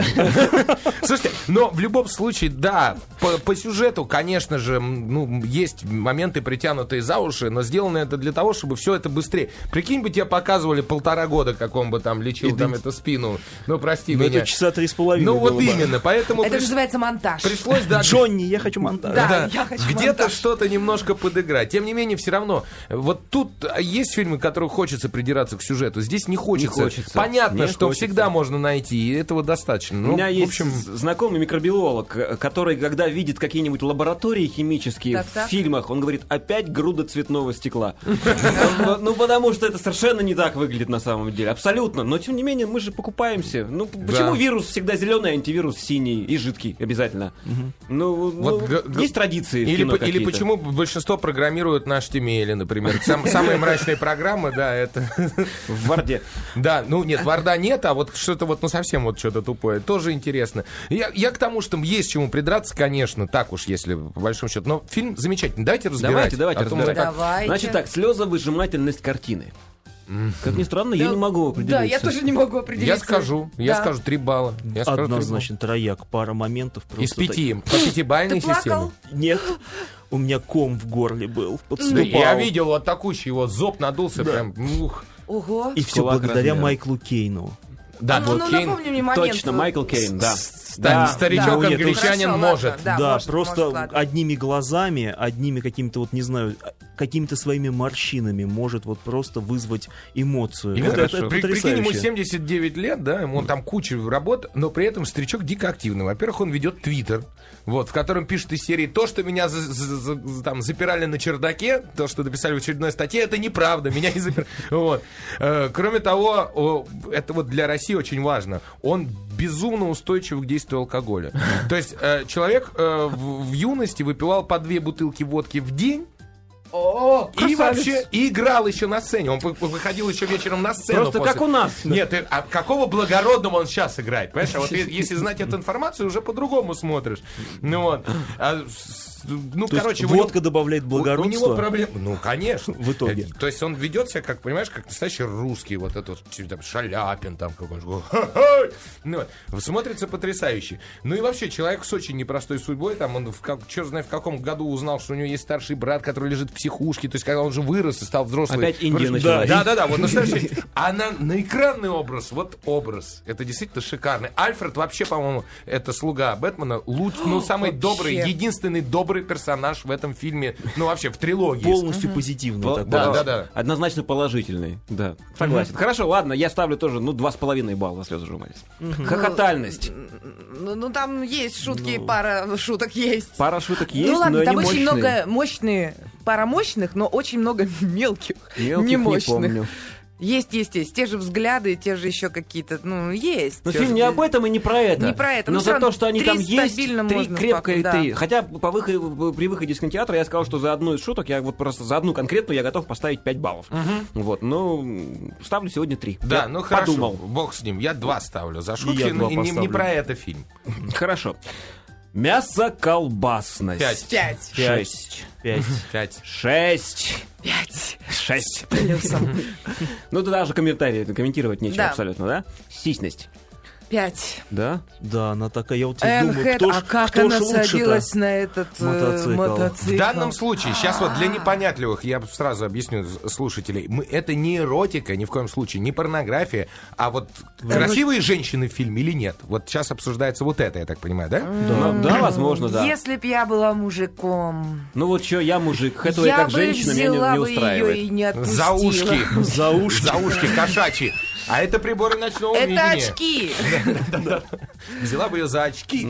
Слушайте, но в любом случае, да, по, по сюжету, конечно же, м, ну, есть моменты, притянутые за уши, но сделано это для того, чтобы все это быстрее. Прикинь бы, тебе показывали полтора года, как он бы там лечил там эту спину. Ну, прости
Ну,
меня.
это часа три с половиной
ну,
было
вот
бы.
именно, поэтому
Это
приш-
называется монтаж.
пришлось, да,
Джонни, я хочу монтаж.
Да. А, я хочу
Где-то
монтаж.
что-то немножко подыграть. Тем не менее, все равно, вот тут а, есть фильмы, которые хочется придираться к сюжету. Здесь не хочется.
хочется.
Понятно,
Не
что
хочется.
всегда можно найти, и этого достаточно. Ну,
У меня
в
есть
общем,
знакомый микробиолог, э, который, когда видит какие-нибудь лаборатории химические
Так,
в
так.
фильмах, он говорит, опять груда цветного стекла. Ну, Ну, потому что это совершенно не так выглядит на самом деле. Абсолютно. Но, тем не менее, мы же покупаемся. Ну, п- почему вирус всегда зеленый, а антивирус синий и жидкий обязательно? Ну, ну,
Вот г- г-
есть традиции в
Или,
кино
по- или
какие-то.
почему большинство программируют на HTML, например. Сам- самые мрачные программы, да, это...
В Варде.
Да, ну нет, Варда нет, а вот что-то вот, ну совсем вот что-то тупое. Тоже интересно. Я, я к тому, что есть чему придраться, конечно, так уж, если по большому счету. Но фильм замечательный. Давайте разбирать.
Давайте, давайте
А то мы
разбирать.
так-
Давайте.
Значит так, слезовыжимательность картины. Как ни странно, я
Да.
не могу определиться.
Да, я тоже не могу определиться.
Я скажу, я
Да.
скажу три балла. Я скажу три
Однозначно трояк, пара моментов
балла.
просто.
Из
так-
пяти. По пятибалльной
Ты
системе.
плакал?
Нет, у меня ком в горле был,
Да,
подступал.
я видел атакующий его, зоб надулся прям. Ух.
Ого.
И все
Кулак
благодаря
размером.
Майклу Кейну.
Да,
ну,
вот
ну,
Кейн,
напомни мне момент.
Точно, Майкл Кейн, да.
там
Да,
старичок
да, нет,
англичанин
хорошо,
может.
ладно, да,
да,
может,
просто
может, ладно.
одними глазами, одними какими-то вот, не знаю, какими-то своими морщинами может вот просто вызвать эмоцию.
Ему
Вот это,
хорошо.
это
При- прикинь, ему
потрясающе.
79 лет, да, ему там куча работ, но при этом старичок дико активный. Во-первых, он ведет твиттер, вот, в котором пишет из серии «То, что меня за- за- за- за- там, запирали на чердаке, то, что написали в очередной статье, это неправда, меня не запирали». Вот. Э, Кроме того, о, это вот для России очень важно, он безумно устойчив к действию алкоголя. То есть э, человек э, в в юности выпивал по две бутылки водки в день, и вообще и играл еще на сцене. Он вы- выходил еще вечером на сцену.
Просто
после.
как у нас.
Нет, ты- а какого благородного он сейчас играет? Понимаешь, а вот е- если знать эту информацию, уже по-другому смотришь. Ну вот. А, с- ну,
То есть
короче, у него-
водка добавляет
у- У
благородство.
него проблемы. Ну, конечно.
В итоге.
Э, То есть он ведет себя, как, понимаешь, как настоящий русский, вот этот вот, там, шаляпин там какой-нибудь. Ну, вот. смотрится потрясающе. Ну и вообще, человек с очень непростой судьбой, там он, в как, черт знает, в каком году узнал, что у него есть старший брат, который лежит в психушке, то есть когда он уже вырос и стал взрослым.
Опять Индия началась.
Да, да, да, вот настоящий. А на, на экранный образ, вот образ, это действительно шикарный. Альфред вообще, по-моему, это слуга Бэтмена, луч, ну, самый добрый, единственный добрый персонаж в этом фильме, ну, вообще, в трилогии.
Полностью позитивный
Пол-
такой.
да,
пол-
да, да.
Однозначно положительный. Да. Согласен. Хорошо, ладно, я ставлю тоже, ну, два с половиной балла слезы журналист. Хохотальность.
Ну, ну, там есть шутки, пара шуток есть.
Пара шуток есть,
ну ладно,
но
там
они
очень
мощные.
много мощные, пара мощных, но очень много мелких,
Мелких не
немощных.
помню.
Есть, есть, есть. Те же взгляды, те же еще какие-то, ну, есть.
Но
Те
фильм
же-
не об этом и не про это.
Не про это,
Но
ну,
за
всё
то,
равно
что они
три
там есть, три
стабильно можно
крепкое
пахнуть,
три. Хотя по выходу, при выходе из кинотеатра я сказал, что за одну из шуток, я вот просто за одну конкретную я готов поставить 5 баллов. Вот, ну, м, ставлю сегодня 3.
Да,
я
ну хорошо,
подумал.
бог с ним, я два ставлю за шутки,
я два
и не, не
поставлю.
про это фильм.
Хорошо. Мясо колбасность.
Пять.
Пять.
Шесть.
Пять.
Пять.
Шесть.
Пять.
Шесть.
Плюсом.
Ну, тут даже комментарии комментировать нечего
Да.
абсолютно, да? Сисность.
Пять.
Да?
Да, она такая, я вот тебе думаю,
Энхед,
кто ж,
а как
кто ж
она
лучше-то?
садилась на этот э,
Мотоцикл.
В
мотоцикл?
данном случае, сейчас вот для непонятливых, я сразу объясню с- слушателей, мы, это не эротика, ни в коем случае, не порнография, а вот красивые женщины в фильме или нет? Вот сейчас обсуждается вот это, я так понимаю, да?
Ну, да, возможно, да.
Если б я была мужиком,
Ну вот что, я мужик, это
я
как
бы
женщина меня не-
взяла
не,
бы ее и
устраивает.
не отпустила.
За ушки.
За уши.
За ушки кошачьи. А это приборы ночного
Это
видения.
очки.
Взяла бы ее за очки.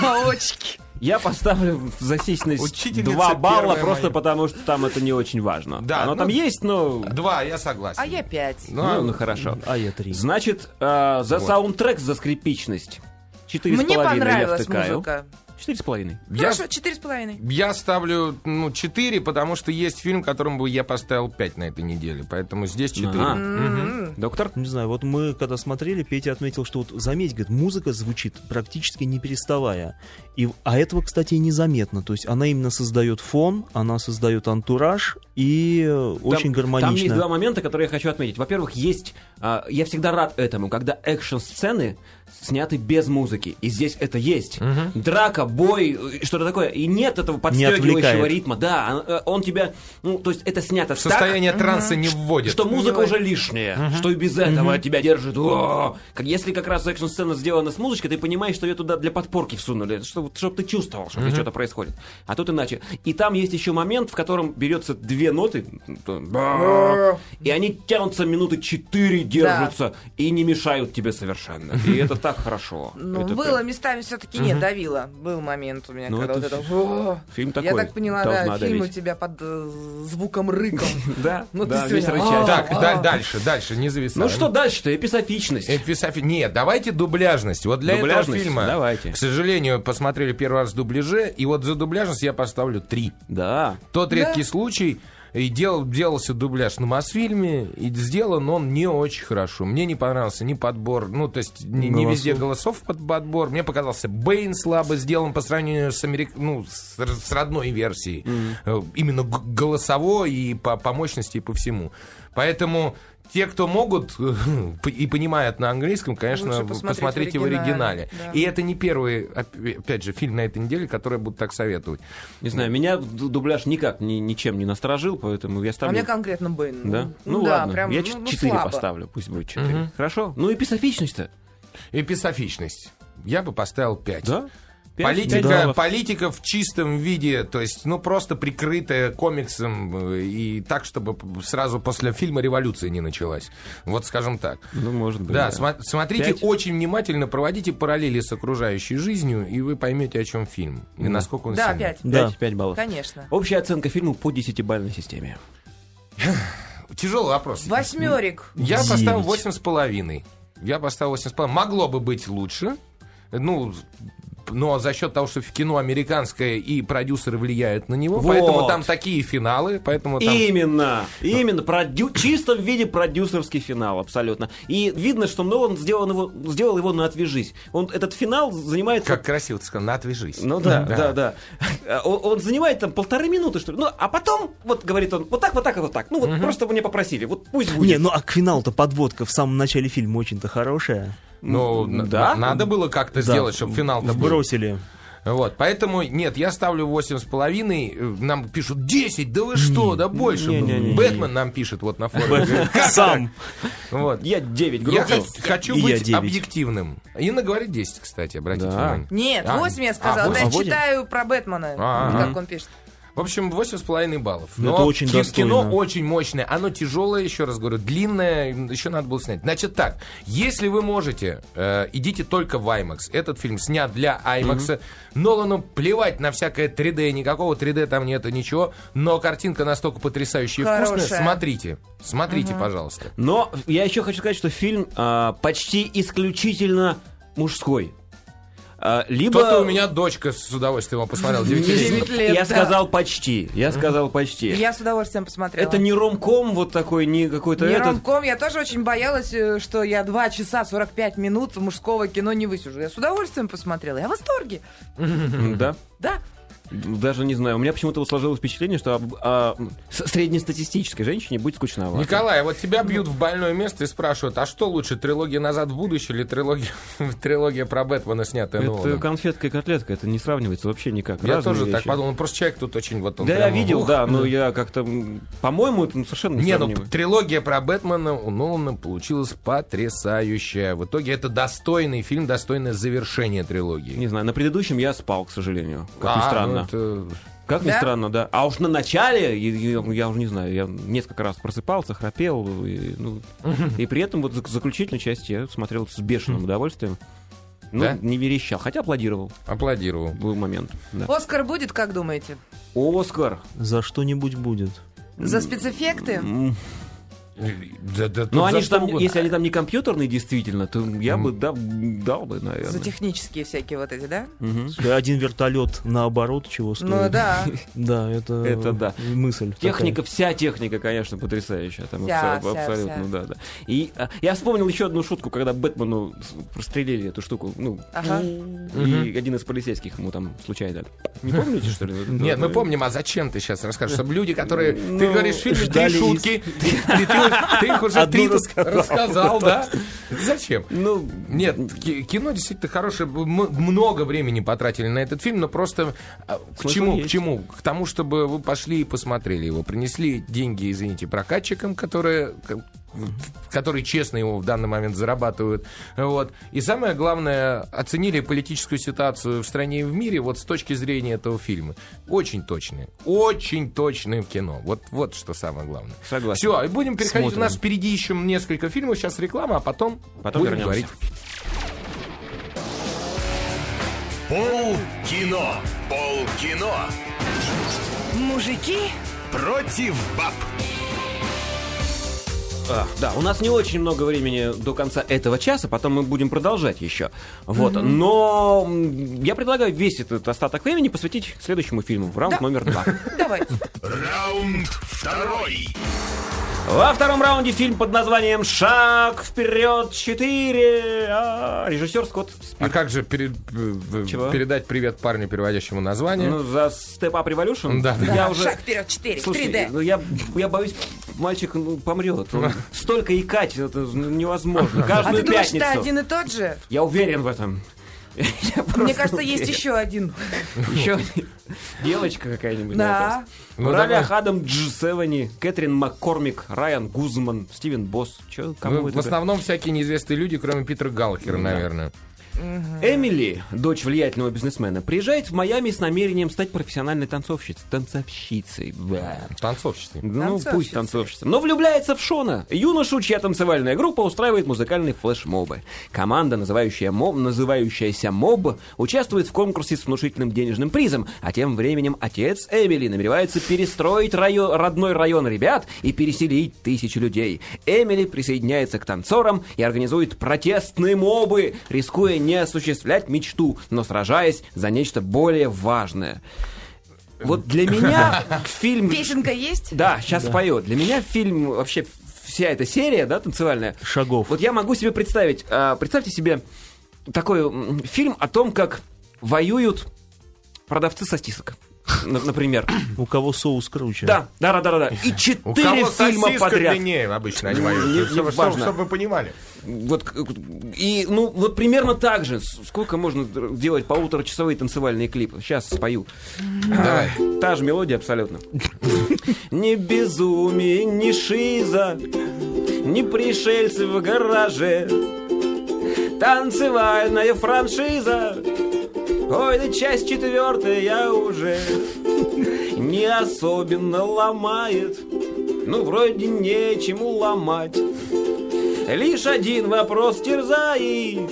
За очки.
Я поставлю за сисность
Учительница
2 балла,
первая
просто
моя.
потому что там это не очень важно.
Да,
Оно
ну-
там есть, но...
Два, я согласен.
А я пять.
Ну, а-
Ну, ну, хорошо.
А я три.
Значит, э, за саундтрек, за скрипичность. Четыре с
Мне
половиной я
понравилась
втыкаю.
музыка.
Четыре с половиной.
Я,
Хорошо, четыре с половиной.
я ставлю ну, 4, потому что есть фильм, которому бы я поставил 5 на этой неделе. Поэтому здесь 4.
А, Доктор?
Не знаю, вот мы когда смотрели, Петя отметил, что вот заметь, говорит, музыка звучит практически не переставая. И, а этого, кстати, и незаметно. То есть она именно создает фон, она создает антураж и э, очень
Там- Там есть два
гармонично.
момента, которые я хочу отметить. Во-первых, есть... а, я всегда рад этому, когда экшн-сцены сняты без музыки. И здесь это есть. Драка, бой, э, что-то такое. И нет этого подстегивающего
отвлекает.
ритма. Да, он, э, он тебя... Ну, то есть это снято
В
так,
состояние транса не вводит.
что музыка уже лишняя, что и без этого тебя держит. О! Как Если как раз экшн-сцена сделана с музычкой, ты понимаешь, что ее туда для подпорки всунули, чтобы ты чувствовал, что здесь что-то происходит. А тут иначе. И там есть еще момент, в котором берется две ноты, то- и они тянутся минуты четыре, держатся, и не мешают тебе совершенно. И это так хорошо.
Ну,
Это
было
прям-
местами все-таки не давило. Был момент у меня,
э, Ну,
когда вот
это
это... «О!»
фильм
Я
такой,
так поняла,
должна
да, фильм у
давить.
тебя под э, звуком рыком.
Да,
Ну, ты
да, весь
сегодня-
рычаг.
А,
Так,
а.
да- дальше, дальше, не зависаем.
Ну что дальше-то? Эписофичность.
Эписофи- Нет, давайте дубляжность. Вот для этого
Дубляжность?
фильма,
Давайте.
к сожалению, посмотрели первый раз в дубляже, и вот за дубляжность я поставлю 3.
Да.
Тот редкий случай, и делал, делался дубляж на Мосфильме, и сделан он не очень хорошо. Мне не понравился ни подбор, ну, то есть не, не везде голосов под подбор. Мне показался Бэйн слабо сделан по сравнению с, америк... ну, с, р- с родной версией. Э, Именно г- голосовой и по, по мощности, и по всему. Поэтому те, кто могут э, и понимают на английском, конечно,
Лучше
посмотрите,
посмотреть
в
в
оригинале.
оригинале, да.
И это не первый, оп- опять же, фильм на этой неделе, который я буду так советовать.
Не знаю, меня ду- дубляж никак ни- ничем не насторожил, поэтому я
А
ставлю...
мне конкретно Бэйн.
Да? Ну,
да,
ладно,
прям,
я
ну, ну,
4
слабо.
поставлю, пусть будет 4. Хорошо? Ну, эписофичность-то.
Эписофичность. Я бы поставил 5.
Да? Пять
Политика,
баллов.
политика в чистом виде, то есть, ну, просто прикрытая комиксом э, и так, чтобы п- сразу после фильма революция не началась. Вот скажем так.
Ну, может быть.
Да, сма- смотрите
Пять.
очень внимательно, проводите параллели с окружающей жизнью, и вы поймете, о чем фильм, и насколько он
Да,
сильный.
опять.
Да.
5 баллов.
Конечно.
Общая оценка фильма по десятибалльной системе.
Тяжелый вопрос.
Восьмерик.
Я
Девять.
поставил восемь с половиной. Я поставил восемь с половиной. Могло бы быть лучше. Ну, но за счет того, что в кино американское и продюсеры влияют на него,
Вот.
поэтому там такие финалы, поэтому там...
Именно, именно, продю... чисто в виде продюсерский финал, абсолютно. И видно, что Нолан сделал его, сделал его на отвяжись. Он этот финал занимает...
Как красиво ты сказал, на отвяжись.
Ну да, да, да. А, Он, он занимает там полторы минуты, что ли. Ну, а потом, вот говорит он, вот так, вот так, и вот так. Ну, вот просто мне попросили, вот пусть будет.
Не, ну а к финалу-то подводка в самом начале фильма очень-то хорошая.
Ну, н-
Да.
надо было как-то сделать, чтобы финал-то был.
Бросили.
Вот, поэтому, нет, я ставлю восемь с половиной. Э, Нам пишут 10, да вы что, да больше.
Не-не-не.
Бэтмен нам пишет вот на форуме.
Сам.
Вот.
Я 9
Я
грубил.
хо- хочу
И я
быть
девять.
объективным. Инна говорит 10, кстати, обратите
Да.
внимание.
Нет,
А,
восемь
а,
я сказала. Да,
восемь.
я
а, восемь?
читаю про Бэтмена,
А,
как он пишет.
В общем, 8,5 баллов.
Ну, это очень
ки-
достойно.
кино очень мощное. Оно тяжелое, еще раз говорю, длинное, еще надо было снять. Значит так, если вы можете, э, идите только в IMAX. Этот фильм снят для IMAX. Нолану плевать на всякое 3D, никакого 3D там нету, ничего. Но картинка настолько потрясающая и вкусная.
Хорошая.
Смотрите, смотрите, пожалуйста.
Но я еще хочу сказать, что фильм а, почти исключительно мужской. А, либо...
Кто-то у меня дочка с удовольствием его посмотрела. девятилетняя.
Девять лет,
я
да.
сказал почти. Я сказал почти.
Я с удовольствием посмотрела.
Это не ромком вот такой, не какой-то
Не
этот.
ромком, я тоже очень боялась, э, что я 2 часа 45 минут мужского кино не высижу. Я с удовольствием посмотрела, я в восторге.
Да?
Да,
Даже не знаю. У меня почему-то вот сложилось впечатление, что об- а, с- среднестатистической женщине будет скучновато.
Николай, а вот тебя бьют в больное место и спрашивают, а что лучше, трилогия «Назад в будущее» или трилогия, трилогия про Бэтмена, снятая
Это
Ноланом?
конфетка и котлетка, это не сравнивается вообще никак.
ну Я
Разные
тоже так
вещи.
подумал. Ну, Просто человек тут очень вот он
Да, я
прямо,
видел,
ух.
да, но я как-то, м, по-моему, это ну, совершенно не,
Не, ну
сравнимо.
трилогия про Бэтмена у Нолана получилась потрясающая. В итоге это достойный фильм, достойное завершение трилогии.
Не знаю, на предыдущем я спал, к сожалению. Как
А,
ни
ну,
странно.
это-
Как ни
Да?
странно, да. А уж на начале, и- и- я, уже не знаю, я несколько раз просыпался, храпел, и, ну, и при этом вот зак- заключительную часть я смотрел с бешеным удовольствием. Ну,
Да?
не верещал, хотя аплодировал
Аплодирую.
был момент. да.
Оскар будет, как думаете?
Оскар!
За что-нибудь будет.
За спецэффекты?
М,
Да, да,
Но
тут
Ну, они
за
же
что
там,
угодно.
если они там не компьютерные действительно, то я бы да- дал бы, наверное.
За технические всякие вот эти, да?
Один вертолет наоборот, чего стоит.
Ну да.
Да, это,
Это да.
мысль. такая.
Техника, вся техника, конечно, потрясающая. Там
Вся,
абсо-
вся,
абсолютно,
вся.
да, да. И а, я вспомнил еще одну шутку, когда Бэтмену с- прострелили эту штуку. Ну,
Ага.
и один из полицейских ему там случайно. Не помните, что ли?
Нет, мы
Ну,
помним, а зачем ты сейчас расскажешь? Чтобы люди, которые... ты
Ну,
говоришь в фильме три
ждали из-
шутки, и ты, ты их уже
Одну
три
рассказал.
рассказал, да? Зачем?
Ну,
Нет, ки- кино действительно хорошее. Мы много времени потратили на этот фильм, но просто а, к
Смысл
чему? К
есть.
чему? К тому, чтобы вы пошли и посмотрели его. Принесли деньги, извините, прокатчикам, которые к- которые честно его в данный момент зарабатывают. Вот. И самое главное, оценили политическую ситуацию в стране и в мире вот с точки зрения этого фильма. Очень точное. Очень точное кино. Вот, вот что самое главное.
Согласен.
Все, и будем переходить.
Смотрим.
У нас впереди еще несколько фильмов. Сейчас реклама, а потом,
Потом
будем
вернемся.
говорить.
Пол кино. Пол кино.
Мужики
Против баб.
а, да, у нас не очень много времени до конца этого часа, потом мы будем продолжать еще. Вот, но м, я предлагаю весь этот остаток времени посвятить следующему фильму, в раунд номер два.
Давай.
Раунд второй.
Во втором раунде фильм под названием «Шаг вперед 4». А, режиссер Скотт
А
Спир.
как же пере- э,
Чего?
передать привет парню, переводящему название?
Ну, за Step Up Revolution?
Да, да.
Я
Да,
уже...
А, Шаг вперед, 4,
Слушай,
3D.
ну, я, я боюсь, мальчик ну, помрет. Он столько икать, это невозможно.
А ты
Каждую
думаешь,
ну, пятницу.
это один и тот же?
Я уверен в этом. Я просто
Мне кажется, есть
уверен.
еще один.
Еще девочка какая-нибудь.
Да.
то есть.
Ну,
В ролях
давай.
Адам Дж. Севани, Кэтрин Маккормик, Райан Гузман, Стивен Босс. Че,
Ну,
кому
в
это?
основном всякие неизвестные люди, кроме Питера Галкера, наверное.
Эмили, дочь влиятельного бизнесмена, приезжает в Майами с намерением стать профессиональной танцовщицей. Танцовщицей, да.
Танцовщицы.
Ну,
Танцовщицей.
пусть танцовщица. Но влюбляется в Шона, юношу, чья танцевальная группа устраивает музыкальный флешмобы. Команда, называющая моб, называющаяся моб, участвует в конкурсе с внушительным денежным призом, а тем временем отец Эмили намеревается перестроить райо- родной район ребят и переселить тысячи людей. Эмили присоединяется к танцорам и организует протестные мобы, рискуя не осуществлять мечту, но сражаясь за нечто более важное. Вот для меня фильм...
Песенка есть?
Да, сейчас спою. Для меня фильм вообще вся эта серия, да, танцевальная.
Шагов.
Вот я могу себе представить, а, представьте себе такой м, фильм о том, как воюют продавцы сосисок. на- Например.
У кого соус круче.
Да, да, да, да, да. И
У
четыре
кого
фильма
сосиска
подряд.
длиннее обычно они
Не-
воюют.
не
Чтобы
важно.
чтобы вы понимали.
Вот, к- и, ну, вот примерно так же. С- Сколько можно др- делать полуторачасовые танцевальные клипы? Сейчас спою.
Давай.
А, Та же мелодия абсолютно. Не безумие, не шиза, не пришельцы в гараже. Танцевальная франшиза. Ой, да часть четвертая уже не особенно ломает. Ну, вроде нечему ломать. Лишь один вопрос терзает.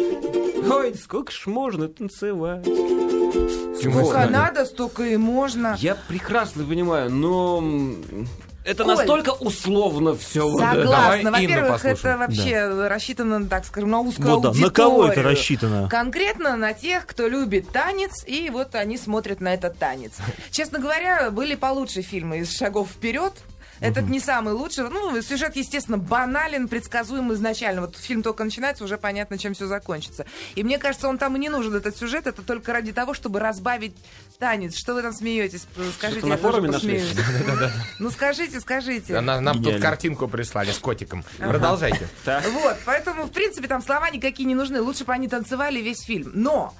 Ой, сколько ж можно танцевать?
Сколько
Вот.
надо, столько и можно.
Я прекрасно понимаю, но м, это
Коль.
настолько условно все.
Давай
Согласна.
Инну
Во-первых,
послушаем.
это вообще рассчитано, так скажем, на узкую
Вот да, на
аудиторию.
кого это рассчитано?
Конкретно на тех, кто любит танец, и вот они смотрят на этот танец. Честно говоря, были получше фильмы из «Шагов вперед». Этот не самый лучший. Ну, сюжет, естественно, банален, предсказуем изначально. Вот фильм только начинается, уже понятно, чем все закончится. И мне кажется, он там и не нужен, этот сюжет. Это только ради того, чтобы разбавить танец. Что вы там смеетесь? Скажите,
на
я тоже
форуме нашли?
посмеюсь. Ну, скажите, скажите.
Она- Нам тут
Гениально.
картинку прислали с котиком. Продолжайте.
Вот, поэтому, в принципе, там слова никакие не нужны. Лучше бы они танцевали весь фильм. Но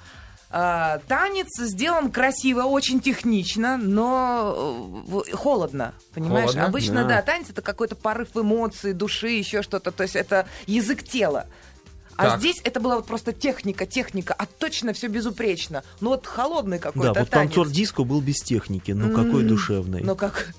э, танец сделан красиво, очень технично, но э, в- холодно, понимаешь?
Холодно?
Обычно,
Да.
да. танец это какой-то порыв эмоций, души, еще что-то. То есть это язык тела. А
Так.
здесь это была вот просто техника, техника, а точно все безупречно. Ну вот холодный
Да,
какой-то
вот
танец.
танцор диско был без техники, но какой душевный.
Ну как?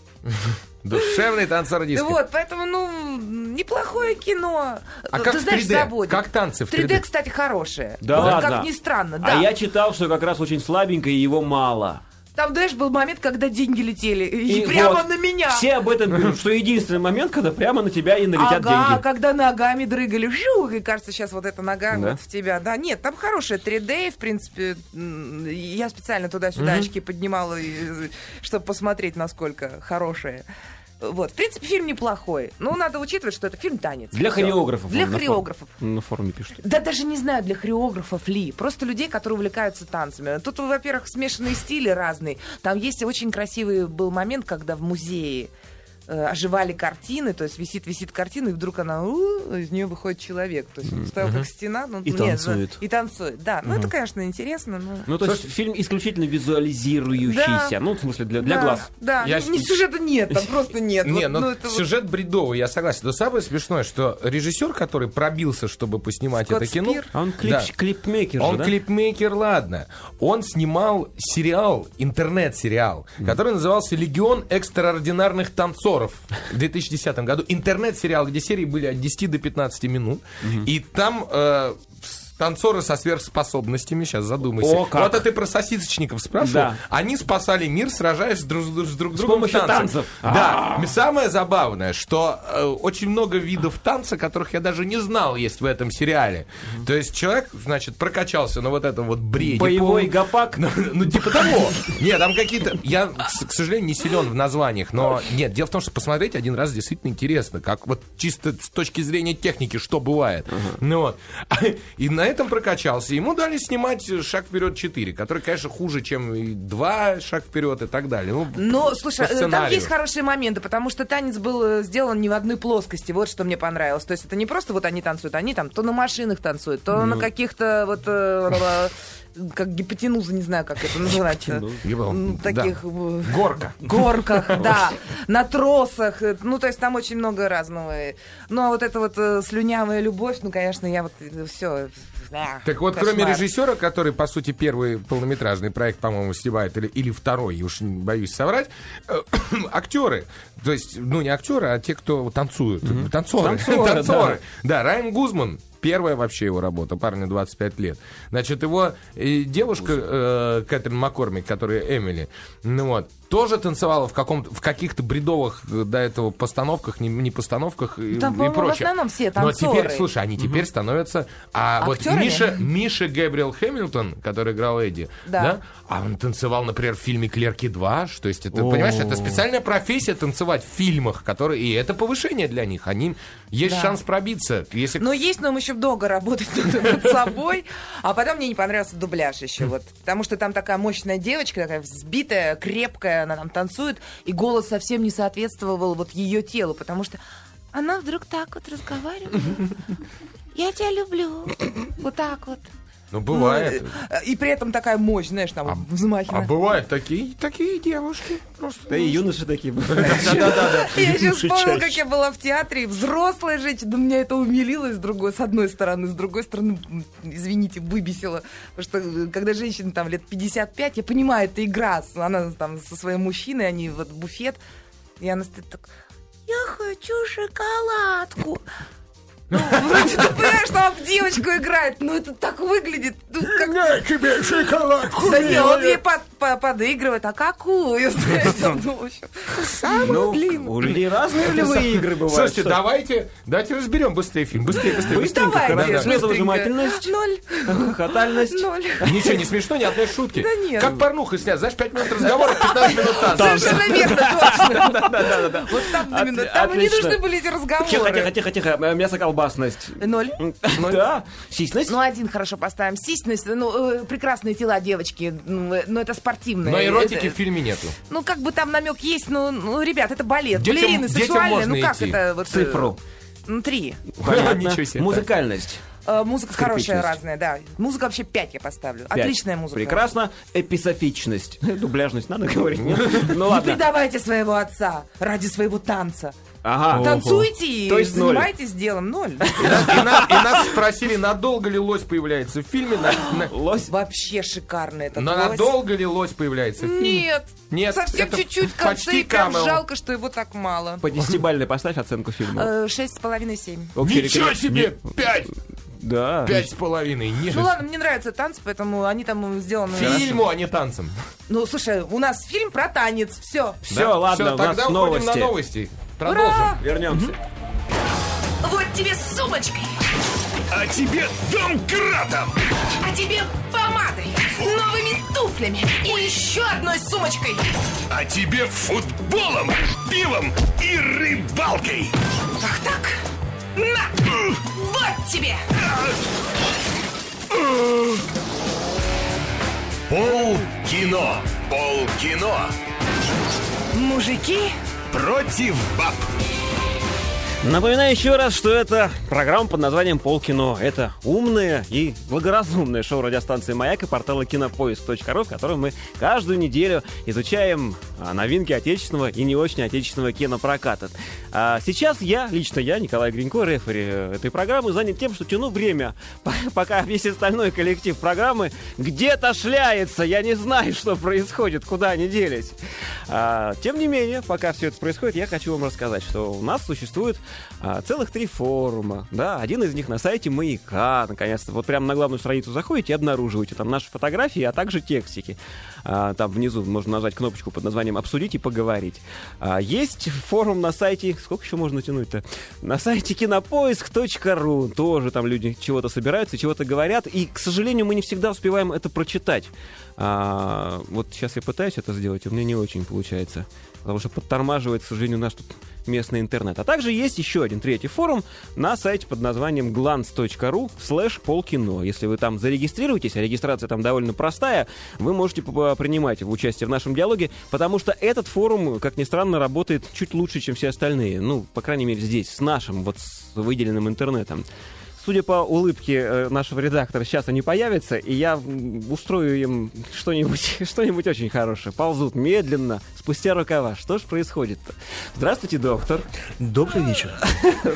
Душевный танцор диска.
Вот, поэтому, ну, неплохое кино.
А
ну Ты
как в
знаешь,
3D?
заводит.
Как танцы в
3D,
3D?
кстати, хорошее.
Да
вот
ладно?
как ни странно,
А
да.
я читал, что как раз очень слабенько и его мало.
Там, знаешь, был момент, когда деньги летели. И,
И
прямо
вот
на меня.
Все об этом пишут, что единственный момент, когда прямо на тебя и налетят
ага,
деньги.
когда ногами дрыгали. Жух, и кажется, сейчас вот эта нога
Да?
вот в тебя. Да, нет, там хорошее 3D, в принципе. м, Я специально туда-сюда очки поднимала, чтобы посмотреть, насколько хорошее. Вот, в принципе, фильм неплохой. Но надо учитывать, что это фильм танец.
Для
Всё.
хореографов.
Для
он на фор-
хореографов.
На форуме пишут.
Да даже не знаю, для хореографов ли. Просто людей, которые увлекаются танцами. Тут, во-первых, смешанные стили разные. Там есть очень красивый был момент, когда в музее э, оживали картины, то есть висит-висит картина, и вдруг она, у, из нее выходит человек. То есть он стоял как стена. ну,
И
нет,
танцует.
да, И танцует, да. Ну, это, конечно, интересно, но...
Ну, то есть фильм исключительно визуализирующийся.
Да.
Ну, в смысле, для, для
Да,
глаз.
Да,
Я-
Ну, ни сюжета нет, там просто нет.
Не,
Вот,
ну,
ну, это вот
сюжет бредовый, я согласен. Но самое смешное, что режиссер, который пробился, чтобы поснимать
Скотт
это кино...
Спир.
А он клип,
Да.
клипмейкер же,
Он
да?
клипмейкер, ладно. Он снимал сериал, интернет-сериал, который назывался «Легион экстраординарных танцоров» в 2010 году. Интернет-сериал, где серии были от 10 до 15 минут. И там... э, с- Танцоры со сверхспособностями, сейчас задумайся.
О, как.
Вот это ты про сосисочников спрашивал.
Да.
Они спасали мир, сражаясь друг с, друг с другом в
помощью
танце.
танцев.
Да. Самое забавное, что э, очень много видов танца, которых я даже не знал, есть в этом сериале. То есть человек, значит, прокачался на вот этом вот бреде.
Боевой
полном.
гопак.
Ну, ну, типа того. Нет, там какие-то... Я, к к сожалению, не силен в названиях, но нет, дело в том, что посмотреть один раз действительно интересно, как вот чисто с точки зрения техники, что бывает. Ну вот. И на этом прокачался. Ему дали снимать «Шаг вперед 4», который, конечно, хуже, чем и «Два шаг вперед» и так далее. Ну,
Ну, слушай,
по
э, там
сценарию.
есть хорошие моменты, потому что танец был э, сделан не в одной плоскости. Вот что мне понравилось. То есть это не просто вот они танцуют, они там то на машинах танцуют, то
Ну.
на каких-то вот э, э, как гипотенуза, не знаю, как это называть. э,
Ебал.
ну,
Да.
Таких э,
Горка.
горках, да, на тросах. э, Ну, то есть там очень много разного. Ну, а вот эта вот э, слюнявая любовь, ну, конечно, я вот э, все.
Так вот, кроме режиссера, который, по сути, первый полнометражный проект, по-моему, снимает, или, или второй, я уж не боюсь соврать, э, актеры, то есть, ну, не актеры, а те, кто танцуют, танцоры,
Танцоры,
танцоры. Да, Райан Гузман, первая вообще его работа, парню 25 лет. Значит, его э, девушка э, Кэтрин Маккормик, которая Эмили, ну вот, тоже танцевала в, каком в каких-то бредовых э, до этого постановках, не, не постановках и,
Ну, Там,
и
по-моему, в
прочее.
основном все
Но
танцоры.
теперь, слушай, Слушай, они теперь становятся... А
Актерами?
вот Миша, Миша Гэбриэл Хэмилтон, который играл Эдди,
Да.
да. а он танцевал, например, в фильме «Клерки 2», что есть, это, понимаешь, это специальная профессия танцевать в фильмах, которые... И это повышение для них, они... Есть
Да. Ну,
шанс пробиться, если...
Но есть нам еще долго работать над, над собой. А потом мне не понравился дубляж еще. Вот, потому что там такая мощная девочка, такая взбитая, крепкая, она там танцует, и голос совсем не соответствовал вот ее телу, потому что она вдруг так вот разговаривает. Я тебя люблю. Вот так вот.
ну,
Ну,
бывает.
э, И при этом такая мощь, знаешь, там вот
А
взмахивает.
бывают такие, такие девушки. Просто...
Да и юноши такие были.
Да-да-да.
Я сейчас
Лучше
вспомнила,
чаще.
как я была в театре, и взрослая женщина, да меня это умилило с другой, с одной стороны, с другой стороны, м, извините, выбесило, потому что э, когда женщина там лет 55, я понимаю, это игра, с- она там со своим мужчиной, они вот буфет, и она стоит так, я хочу шоколадку. Ну, вроде ты понимаешь, что она в девочку играет, но это так выглядит, ну, как
тебе шоколадку,
да не, он ей под- по- подыгрывает, а какую? Знаешь, ну, в общем,
Ну,
самую длинную.
у людей разные ролевые игры бывают.
Ну, Слушайте,
что-
давайте, давайте разберем быстрее фильм. Быстрее,
Ну,
быстрее, быстрее.
Давай,
Да-да.
Лена,
Слезовыжимательность,
Ноль.
хохотальность.
Ноль.
Ничего не смешно, ни одной шутки.
Да нет.
Как порнуха снят. Знаешь, 5 минут разговора, 15 минут танца.
Совершенно верно, точно. Вот там именно,
Отли-
там и не
отлично.
нужны были эти
Тихо, тихо,
разговоры.
тихо, тихо. Э, Мясоколбасность.
Ноль.
Да. Сисность.
Ну, один хорошо поставим. Сисность, ну, э, прекрасные тела девочки, ну, э, но это спортивные.
Но эротики
Это-
в фильме нету.
Ну, как бы там намек есть, но, ну, ребят, это балет.
Детям-
Балерины
детям
сексуальные,
можно
ну, как
идти.
это? вот, э,
Цифру.
Ну, три.
Понятно.
а Ничего себе.
Музыкальность.
Э, Музыка хорошая,
Скрипичность.
разная, да. Музыка вообще пять я поставлю.
Пять.
Отличная музыка.
Прекрасно. Эписофичность. Дубляжность надо говорить. нет? Ну
Не
ладно.
предавайте своего отца ради своего танца.
Ага.
Танцуйте и
То есть ноль.
занимайтесь делом. Ноль.
И нас- и нас- и нас спросили, надолго ли лось появляется в фильме. На- на-
Лось.
Вообще шикарно этот
Но
лось.
надолго ли лось появляется в фильме?
Нет.
Нет,
Совсем
это
чуть-чуть в конце,
почти
и прям
камео.
жалко, что его так мало.
По десятибалльной поставь оценку фильма.
Э, Шесть с половиной, семь.
Общий
Ничего
рекорд.
себе! Пять!
Да.
Пять с половиной. Нет.
Ну ладно, мне нравятся танцы, поэтому они там сделаны.
Фильму, а не танцам.
Ну слушай, у нас фильм про танец. Все.
Все, ладно,
Всё,
у
тогда
нас
уходим
новости.
на новости. Продолжим.
Ура!
Вернемся.
Вот тебе с сумочкой,
А тебе домкратом!
а тебе помадой, новыми туфлями и еще одной сумочкой.
А тебе футболом, пивом и рыбалкой!
Ах так? На! Вот тебе!
Пол кино. Пол кино.
Мужики,
Против баб.
Напоминаю еще раз, что это программа под названием «Полкино». Это умное и благоразумное шоу радиостанции «Маяк» и портала «Кинопоиск.ру», в котором мы каждую неделю изучаем а, новинки отечественного и не очень отечественного кинопроката. А сейчас я, лично я, Николай Гринько, рефери э, этой программы, занят тем, что тяну время, п- пока весь остальной коллектив программы где-то шляется. Я не знаю, что происходит, куда они делись. А, тем не менее, пока все это происходит, я хочу вам рассказать, что у нас существует а, целых три форума. Да, один из них на сайте маяка. Наконец-то, вот прямо на главную страницу заходите и обнаруживаете там наши фотографии, а также текстики. А, там внизу можно нажать кнопочку под названием Обсудить и поговорить. А, есть форум на сайте. Сколько еще можно тянуть-то? На сайте кинопоиск.ру. Тоже там люди чего-то собираются, чего-то говорят. И, к сожалению, мы не всегда успеваем это прочитать. А, вот сейчас я пытаюсь это сделать, и у меня не очень получается. Потому что подтормаживает, к сожалению, наш тут местный интернет. А также есть еще один третий форум на сайте под названием glance.ru слэш полкино. Если вы там зарегистрируетесь, а регистрация там довольно простая, вы можете п- принимать участие в нашем диалоге, потому что этот форум, как ни странно, работает чуть лучше, чем все остальные. Ну, по крайней мере, здесь, с нашим, вот с выделенным интернетом. Судя по улыбке э, нашего редактора, сейчас они появятся, и я м, устрою им что-нибудь, что-нибудь очень хорошее. Ползут медленно, спустя рукава. Что ж происходит-то? Здравствуйте, доктор.
Добрый вечер.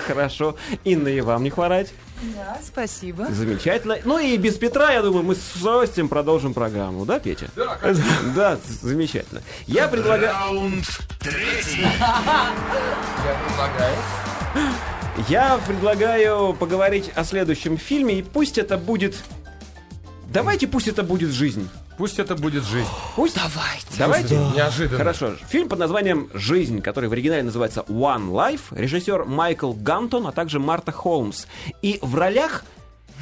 Хорошо. Инна, и вам не хворать.
Да, спасибо.
Замечательно. Ну и без Петра, я думаю, мы с удовольствием продолжим программу. Да, Петя? Да, Да, з- замечательно. Я предлагаю...
Раунд третий.
Я предлагаю поговорить о следующем фильме, и пусть это будет... Давайте пусть это будет жизнь.
Пусть это будет жизнь.
Пусть... Давайте. Давайте.
Неожиданно.
Хорошо. Фильм под названием «Жизнь», который в оригинале называется «One Life», режиссер Майкл Гантон, а также Марта Холмс. И в ролях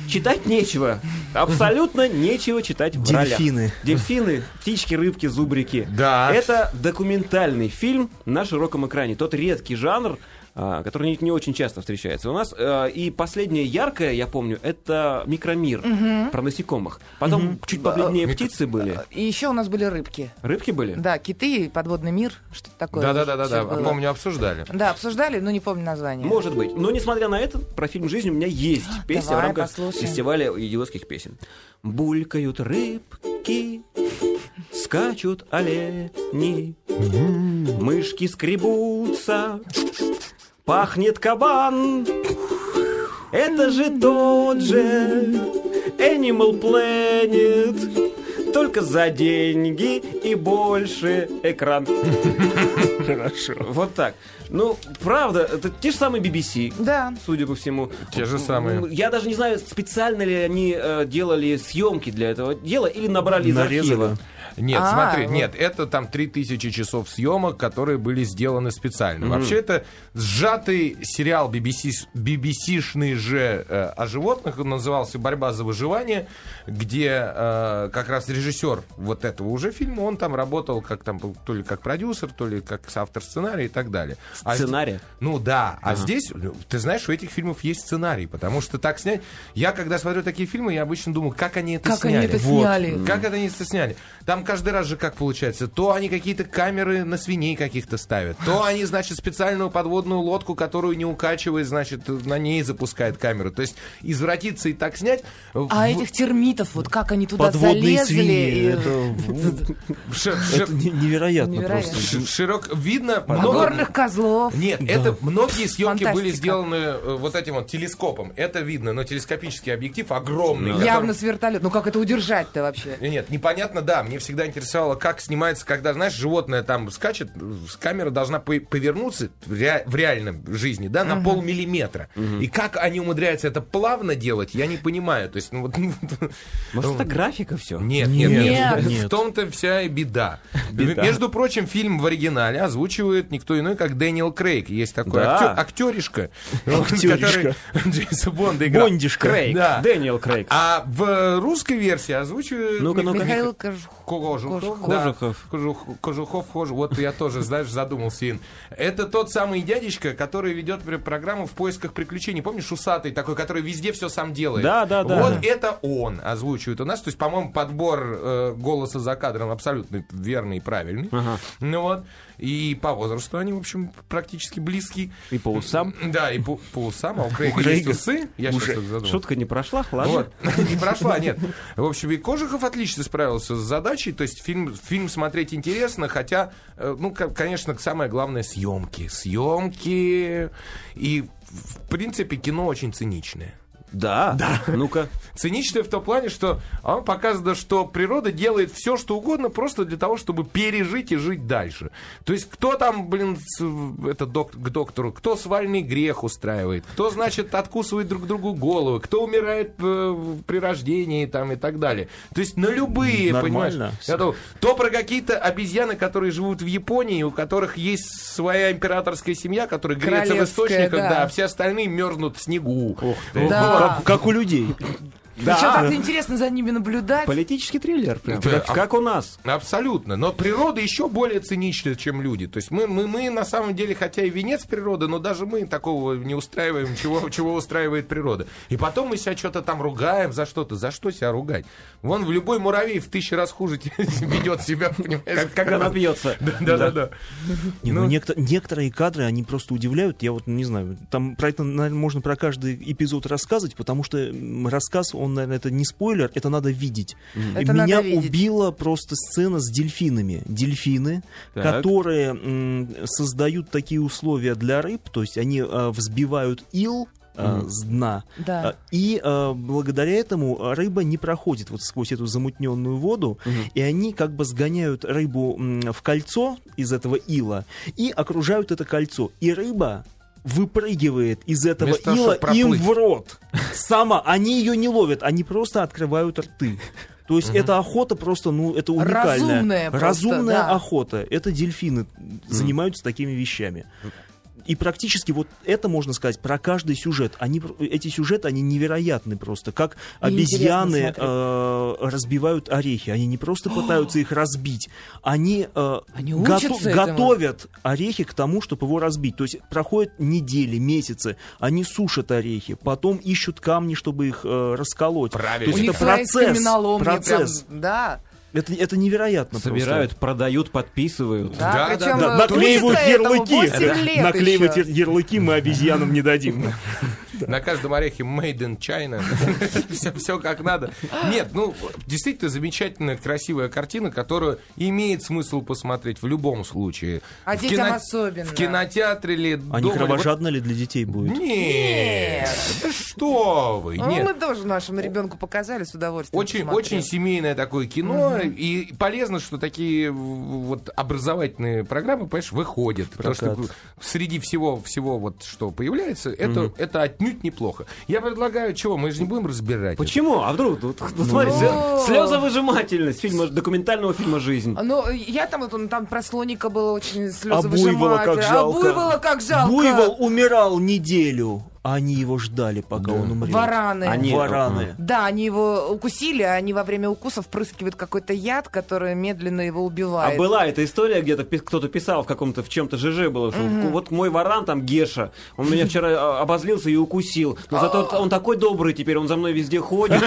читать нечего. Абсолютно нечего читать в ролях.
Дельфины.
Дельфины, птички, рыбки, зубрики.
Да.
Это документальный фильм на широком экране. Тот редкий жанр, а, который не, не очень часто встречается у нас. А, И последнее яркое, я помню, это «Микромир» про насекомых. Потом чуть побледнее птицы были.
И еще у нас были рыбки.
Рыбки были?
Да, киты, подводный мир, что-то такое.
Да, да, да, да,
Всё
да.
было.
Помню, обсуждали.
Да, обсуждали, но не помню название.
Может быть. Но несмотря на это, про фильм «Жизнь» у меня есть песня
давай,
в рамках
послушаем.
фестиваля идиотских песен. Булькают рыбки, скачут олени, мышки скребутся, пахнет кабан. Это же тот же Animal Planet, только за деньги и больше экран. Хорошо. Вот так. Ну, правда, это те же самые BBC,
Да.
судя по всему.
Те же самые.
М, Я даже не знаю, специально ли они э, делали съемки для этого дела или набрали из
Нарезали.
архива.
Нет,
А,
смотри,
вот.
нет, это там 3000 часов съемок, которые были сделаны специально. Вообще это сжатый сериал BBC, BBC-шный же э, о животных, он назывался «Борьба за выживание», где э, как раз режиссер вот этого уже фильма, он там работал как там, был то ли как продюсер, то ли как автор сценария и так далее. А с-
Сценария?
ну да, а здесь, ну, ты знаешь, у этих фильмов есть сценарий, потому что так снять... Я, когда смотрю такие фильмы, я обычно думаю, как они это
Как они
сняли.
это сняли?
М. Как это они это сняли? Там каждый раз же как получается, то они какие-то камеры на свиней каких-то ставят, то они, значит, специальную подводную лодку, которую не укачивает, значит, на ней запускает камеру. То есть извратиться и так снять...
А
в-
этих термитов, вот как они туда
Подводные
залезли.
свиньи.
и-
Это ну,
в ши- в ши-
это не- невероятно
Невероятно.
просто.
в ши- широк... Видно... много-
А Горных козлов.
Нет, это многие съемки
Фантастика.
были сделаны э, вот этим вот телескопом. Это видно, но телескопический объектив огромный. который-
Явно с вертолета. Ну как это удержать-то вообще?
Нет, Э, непонятно, да, мне всегда интересовало, как снимается, когда, знаешь, животное там скачет, с- камера должна по- повернуться в, ре- в реальном жизни, да, на полмиллиметра. И как они умудряются это плавно делать, я не понимаю. То есть, ну вот... Ну,
Может, это графика все?
Нет, нет, нет,
Нет. Нет.
В том-то вся и беда. Между прочим, фильм в оригинале озвучивает никто иной, как Дэниел Крейг. Есть такой
Да.
актё- актеришка,
Актеришка.
который Джеймса Бонда играл.
Бондишка.
Крейг.
Да.
Дэниел Крейг.
А в русской версии озвучивает
Ну-ка,
Мих-
Ну,
ну-ка.
Мих-
Михаил Кожух.
Кожухов.
Кожухов.
да.
Кожухов.
Кожух- Кожухов, Кожу- Вот я тоже, знаешь, задумался, Ин. Это тот самый дядечка, который ведет пр- программу «В поисках приключений». Помнишь, усатый такой, который везде все сам делает?
Да, да, да.
Вот это он озвучивает у нас. То есть, по-моему, подбор э, голоса за кадром абсолютно верный и правильный. Ну вот. И по возрасту они, в общем, практически близки.
И по усам.
Да, и по, по усам. А у Крейга есть
Крейга
усы. Я сейчас задумался.
Шутка не прошла, ладно?
Вот. Не прошла, нет. В общем, и Кожухов отлично справился с задачей. То есть фильм, фильм смотреть интересно, хотя, э, ну, ко- конечно, самое главное съемки. Съемки. И, в принципе, кино очень циничное.
Да. Да. Ну-ка.
Циничное в том плане, что оно показано, что природа делает все, что угодно, просто для того, чтобы пережить и жить дальше. То есть, кто там, блин, с- это док- к доктору, кто свальный грех устраивает, кто, значит, откусывает друг другу головы, кто умирает э, при рождении там и так далее. То есть, на любые,
Нормально.
понимаешь? Я думал, то про какие-то обезьяны, которые живут в Японии, у которых есть своя императорская семья, которая греется в
Королевская,
источниках, да.
да.
а все остальные мерзнут в снегу.
Да.
Ну, Как, как у людей.
Причем так интересно за ними наблюдать.
Политический триллер. прям.
Да.
Как, как у нас.
Абсолютно. Но природа еще более цинична, чем люди. То есть мы, мы, мы на самом деле, хотя и венец природы, но даже мы такого не устраиваем, чего, чего устраивает природа. И потом мы себя что-то там ругаем за что-то. За что себя ругать? Вон в любой муравей в тысячу раз хуже те- ведет себя, понимаешь?
Когда напьется.
Да-да-да.
Не, ну, некто- некоторые кадры, они просто удивляют. Я вот не знаю, там про это, наверное, можно про каждый эпизод рассказывать, потому что м, рассказ, он, наверное, это не спойлер, это надо видеть. И
Это
Меня
надо видеть.
убила просто сцена с дельфинами. Дельфины, которые м, создают такие условия для рыб, то есть они э, взбивают ил э, с дна,
Да.
а, И э, благодаря этому рыба не проходит вот сквозь эту замутненную воду, и они как бы сгоняют рыбу м, в кольцо из этого ила и окружают это кольцо. И рыба выпрыгивает из этого
Вместо того,
ила
чтобы
им
проплыть.
в рот. Сама. Они ее не ловят, они просто открывают рты. То есть эта охота просто, ну, это уникальная.
Разумная просто,
Разумная
да.
охота. Это дельфины занимаются такими вещами. И практически вот это можно сказать про каждый сюжет. Они, пр- эти сюжеты, они невероятны просто. Как обезьяны
интересно
э, разбивают орехи. Они не просто пытаются их разбить, они, э,
Они
гото-
учатся этому.
готовят орехи к тому, чтобы его разбить. То есть проходят недели, месяцы, они сушат орехи, потом ищут камни, чтобы их э, расколоть.
Правильно.
То
У
есть
них
это
своя
процесс.
каменоломня прям,
процесс.
да.
Это, это невероятно просто.
Собирают, продают, подписывают.
Да,
Да,
причем
да,
Да,
э,
наклеивают
учится этому
ярлыки.
8 лет
наклеивают
еще.
яр- ярлыки мы обезьянам не дадим.
На каждом орехе made in China. все, как надо. Нет, ну, действительно замечательная, красивая картина, которую имеет смысл посмотреть в любом случае.
А
В
детям особенно.
В кинотеатре или дома.
Они
или вот-
А кровожадно ли для детей будет?
Нет, да что вы,
Ну, мы
нет.
тоже нашему ребенку показали с удовольствием.
Очень,
посмотрел.
очень семейное такое кино, и полезно, что такие вот образовательные программы, понимаешь, выходят. Потому что
Прокат.
среди всего, всего вот, что появляется, это, это отнюдь неплохо. Я предлагаю, чего, мы же не будем разбирать. это.
Почему? А вдруг, вот, вот смотри, слё- слезовыжимательность фильма, документального фильма «Жизнь».
Ну, я там, вот, он там про слоника было очень
А Буйвола
слезовыжимательно.
как жалко.
А буйвола как жалко.
Буйвол умирал неделю, а они его ждали, пока он умрет.
Вараны.
Они-
Вараны.
Да, они его укусили, а они во время укуса впрыскивают какой-то яд, который медленно его
А
убивает.
была эта история, где-то пи- кто-то писал в каком-то, в чем-то ЖЖ было, что вот мой варан там Геша, он меня вчера а, обозлился и укусил, но зато он такой добрый теперь, он за мной везде ходит.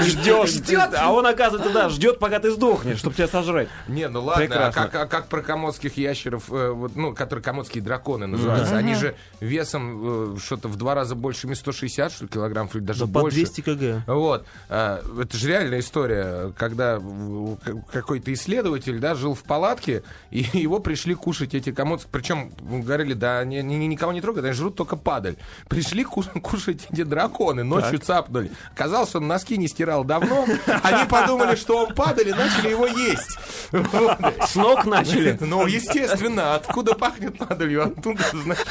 Ждет. А он, оказывается, да, ждет, пока ты сдохнешь, чтобы тебя сожрать.
Не, ну ладно,
Прекрасно.
а как, а как про комодских ящеров, э, вот, ну, которые комодские драконы называются, они же весом там э, что-то в два раза большими 160 что ли, килограммов, или даже
Да по
больше.
200 кг.
Вот. А, Это же реальная история, когда в- к- какой-то исследователь, да, жил в палатке, и его пришли кушать эти комоды. Причем говорили, да, ни- ни- никого не трогают, они жрут только падаль. Пришли ку- кушать эти драконы, ночью цапнули. Оказалось, он носки не стирал давно, они подумали, что он падаль, и начали его есть. Вот.
С ног начали.
Ну, естественно, откуда пахнет падалью, оттуда, значит.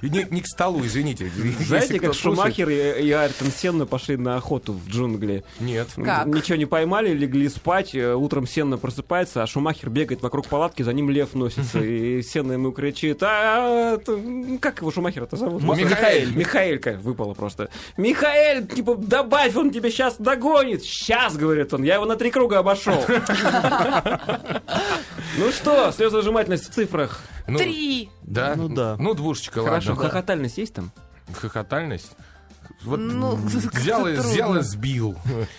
И Не, не к столу, извините. Если
Знаете,
кто-то
как Шумахер и, и Айртон Сенна пошли на охоту в джунгли?
Нет.
Как?
Ничего не поймали, легли спать, э, утром Сенна просыпается, а Шумахер бегает вокруг палатки, за ним лев носится, и Сенна ему кричит, а это, м, как его Шумахера-то зовут?
Михаэль.
Михаэль, Михаэлька выпала просто. Михаэль, типа, добавь, он тебя сейчас догонит. Сейчас, говорит он, я его на три круга обошел. Ну что, слезожимательность в цифрах.
Ну,
Три.
Да?
Ну да.
Ну, двушечка,
Хорошо,
ладно.
хохотальность есть там?
Хохотальность? Вот
Ну,
взял, и,
как-то
взял и
трудно.
сбил.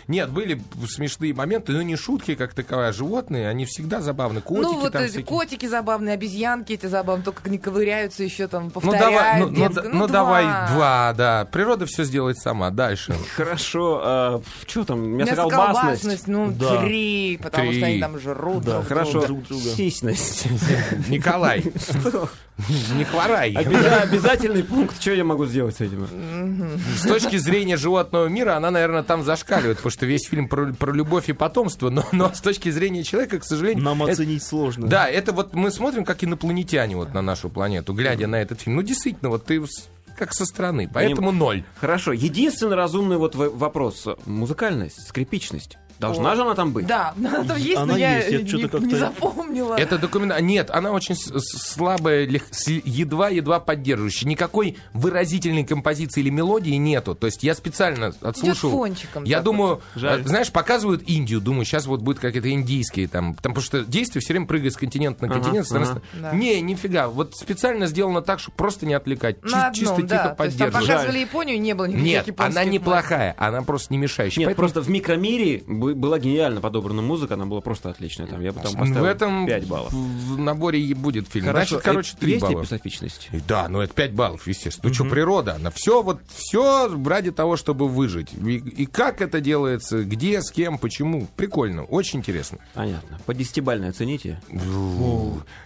Нет, были смешные моменты, но не шутки как таковые, а животные, они всегда забавны. Котики
ну, вот
там
эти
всякие.
котики забавные, обезьянки эти забавные, только не ковыряются еще там,
Ну
повторяют.
давай, ну, ну,
детско-
да- ну, давай два, да. Природа все сделает сама. Дальше.
Хорошо, что там, мясоколбасность?
Мясоколбасность, ну,
Да.
три, потому
Три.
что они там жрут.
Да,
друг
Хорошо,
друга.
друг друга.
сисьность.
Николай,
Что? А
не хворай.
Обяза- Обязательный пункт, что я могу сделать с этим?
С точки зрения животного мира, она, наверное, там зашкаливает, потому что весь фильм про, про любовь и потомство, но, но с точки зрения человека, к сожалению,
Нам
это-
оценить сложно.
Да, это вот мы смотрим, как инопланетяне вот на нашу планету, глядя на этот фильм. Ну, действительно, вот ты с- как со стороны, поэтому ноль.
Хорошо, единственный разумный вот в- вопрос. Музыкальность, скрипичность. Должна же она там быть?
Да, она там есть,
Она
но я
есть, я
не,
чё-то
не
как-то-
запомнила.
Это документ... а Нет, она очень с- с- слабая, лег- с- едва-едва поддерживающая. Никакой выразительной композиции или мелодии нету. То есть я специально отслушал...
фончиком
Я
так
думаю,
Жаль.
э, знаешь, показывают Индию, думаю, сейчас вот будет какие-то индийские там... Там, потому что действие все время прыгает с континента на
Ага,
континент. с страны на
ага.
страну.
Да.
Не, нифига. Вот специально сделано так, чтобы просто не отвлекать. Чи-
На
чисто
одном,
тихо
да. То есть там
поддерживать.
показывали Японию, не было никаких
Нет,
японских
она
марок.
неплохая, она просто не мешающая.
Нет,
Поэтому
просто в микромире бы- была гениально подобрана музыка, она была просто отличная. Там, я бы там поставил
в этом
5 баллов.
в будет будет фильм.
Хорошо,
Значит, короче,
э,
3
есть
балла.
эпизофичность?
И Да, ну это 5 баллов, естественно. Ну что, природа, она все вот все ради того, чтобы выжить. И, и как это делается, где, с кем, почему. Прикольно, очень интересно.
Понятно. По десятибальной оцените.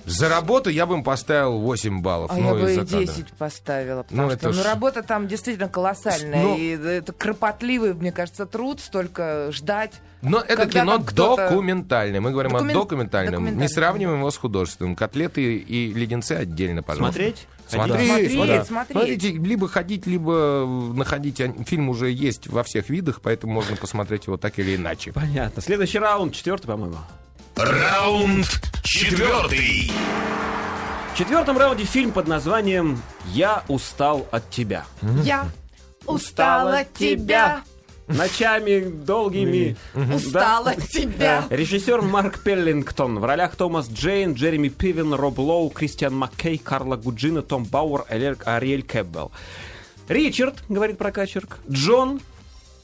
За работу я бы им поставил 8 баллов.
А
ну,
я бы
из-за
и
кадра.
10 поставила, потому
Ну, это
что ну,
ж- Ну,
работа там действительно колоссальная.
Но-
И это кропотливый, мне кажется, труд, столько ждать.
Но это
Когда
кино
там кто-то-
документальное. Мы говорим
Докумен-
о документальном. Не
документальном.
сравниваем его с художественным. Котлеты и леденцы отдельно, пожалуйста.
Смотреть?
Смотреть,
Смотреть,
смотреть.
смотреть.
Смотрите, либо ходить, либо э, находить. Ан- Фильм уже есть во всех видах, поэтому можно посмотреть его так или иначе.
Понятно. Следующий раунд, четвертый, по-моему.
Раунд четвертый.
В четвертом раунде фильм под названием «Я устал от тебя».
Я устала от тебя,
Ночами долгими.
устала от тебя.
Режиссер Марк Пеллингтон. В ролях Томас Джейн, Джереми Пивен, Роб Лоу, Кристиан Маккей, Карла Гуджина, Том Бауэр, Элер- Ариэль Кэббелл. Ричард, говорит прокачерк, Джон,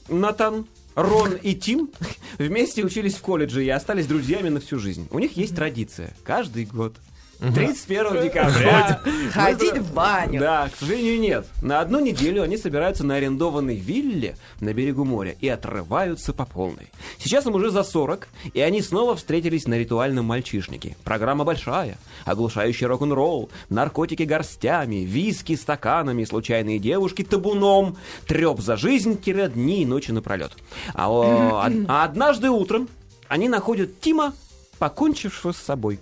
Натан, Рон и Тим вместе учились в колледже и остались друзьями на всю жизнь. У них есть традиция. Каждый год 31 декабря
Ходить в баню.
Ну, да, к сожалению, нет. На одну неделю они собираются на арендованной вилле на берегу моря и отрываются по полной. Сейчас им уже за 40, и они снова встретились на ритуальном мальчишнике. Программа большая, оглушающий рок-н-ролл, наркотики горстями, виски стаканами, случайные девушки табуном, треп за жизнь, тире дни и ночи напролет. А, о, од- а однажды утром они находят Тима, покончившего с собой.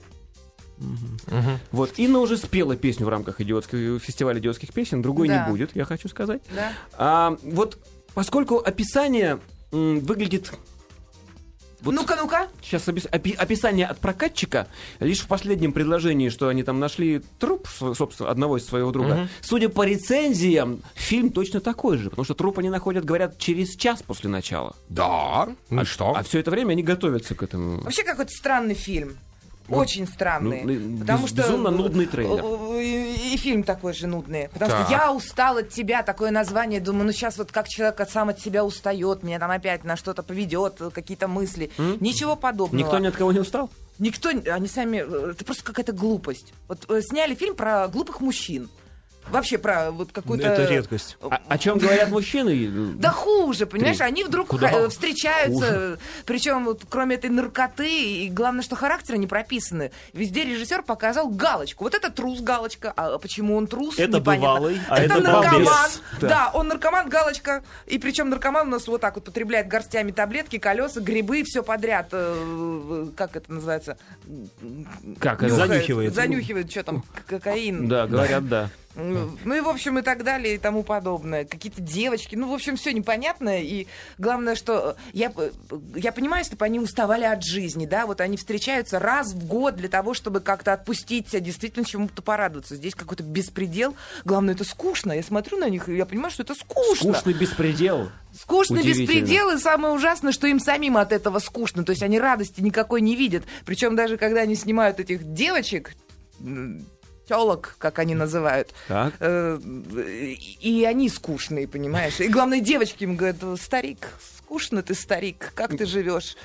Вот, Инна уже спела песню в рамках идиотского фестиваля идиотских песен, другой
Да.
не будет, я хочу сказать.
Да.
А, вот, поскольку описание м, выглядит... Вот
Ну-ка, ну-ка.
сейчас опис- опи- описание от прокатчика, лишь в последнем предложении, что они там нашли труп, св- собственно, одного из своего друга. Судя по рецензиям, фильм точно такой же, потому что труп они находят, говорят, через час после начала.
Да. Ну и что?
А все это время они готовятся к этому.
Вообще какой-то странный фильм. Очень странный.
ну,
потому
без-
что
безумно нудный трейлер.
Э, И, и фильм такой же нудный. Потому
Так.
что я устал от тебя, такое название. Думаю, ну сейчас вот как человек от- сам от себя устает, меня там опять на что-то поведет, э, какие-то мысли. Ничего подобного.
Никто ни от кого не устал?
Никто, не- они сами, э, это просто какая-то глупость. Вот э, сняли фильм про глупых мужчин. вообще про вот какую-то... Э,
Это редкость.
О, А, о чем говорят мужчины?
Да хуже, понимаешь,
Три.
они вдруг
Куда?
ха- э, встречаются, причем вот кроме этой наркоты, и главное, что характеры не прописаны. Везде режиссер показал галочку. Вот это трус галочка, а почему он трус,
Это
непонятно.
бывалый, а
это,
это
наркоман.
балбес.
Да. он наркоман, галочка. И причем наркоман у нас вот так вот потребляет горстями таблетки, колеса, грибы, все подряд. э, Как это называется?
Как
это?
это?
Занюхивает.
Занюхивает, что там, к- кокаин.
Да, говорят, да.
Ну ну и, в общем, и так далее, и тому подобное. Какие-то девочки. Ну, в общем, все непонятно. И главное, что э, я, п- я понимаю, чтобы они уставали от жизни, да, вот они встречаются раз в год для того, чтобы как-то отпустить себя, действительно чему-то порадоваться. Здесь какой-то беспредел. Главное, это скучно. Я смотрю на них, и я понимаю, что это скучно.
Скучный беспредел.
Скучно
Удивительно.
беспредел, и самое ужасное, что им самим от этого скучно. То есть они радости никакой не видят. Причем даже когда они снимают этих девочек, телок, как они называют,
Так.
э, и они скучные, понимаешь. И главное, девочки им говорят, старик, скучно ты, старик, как ты живешь?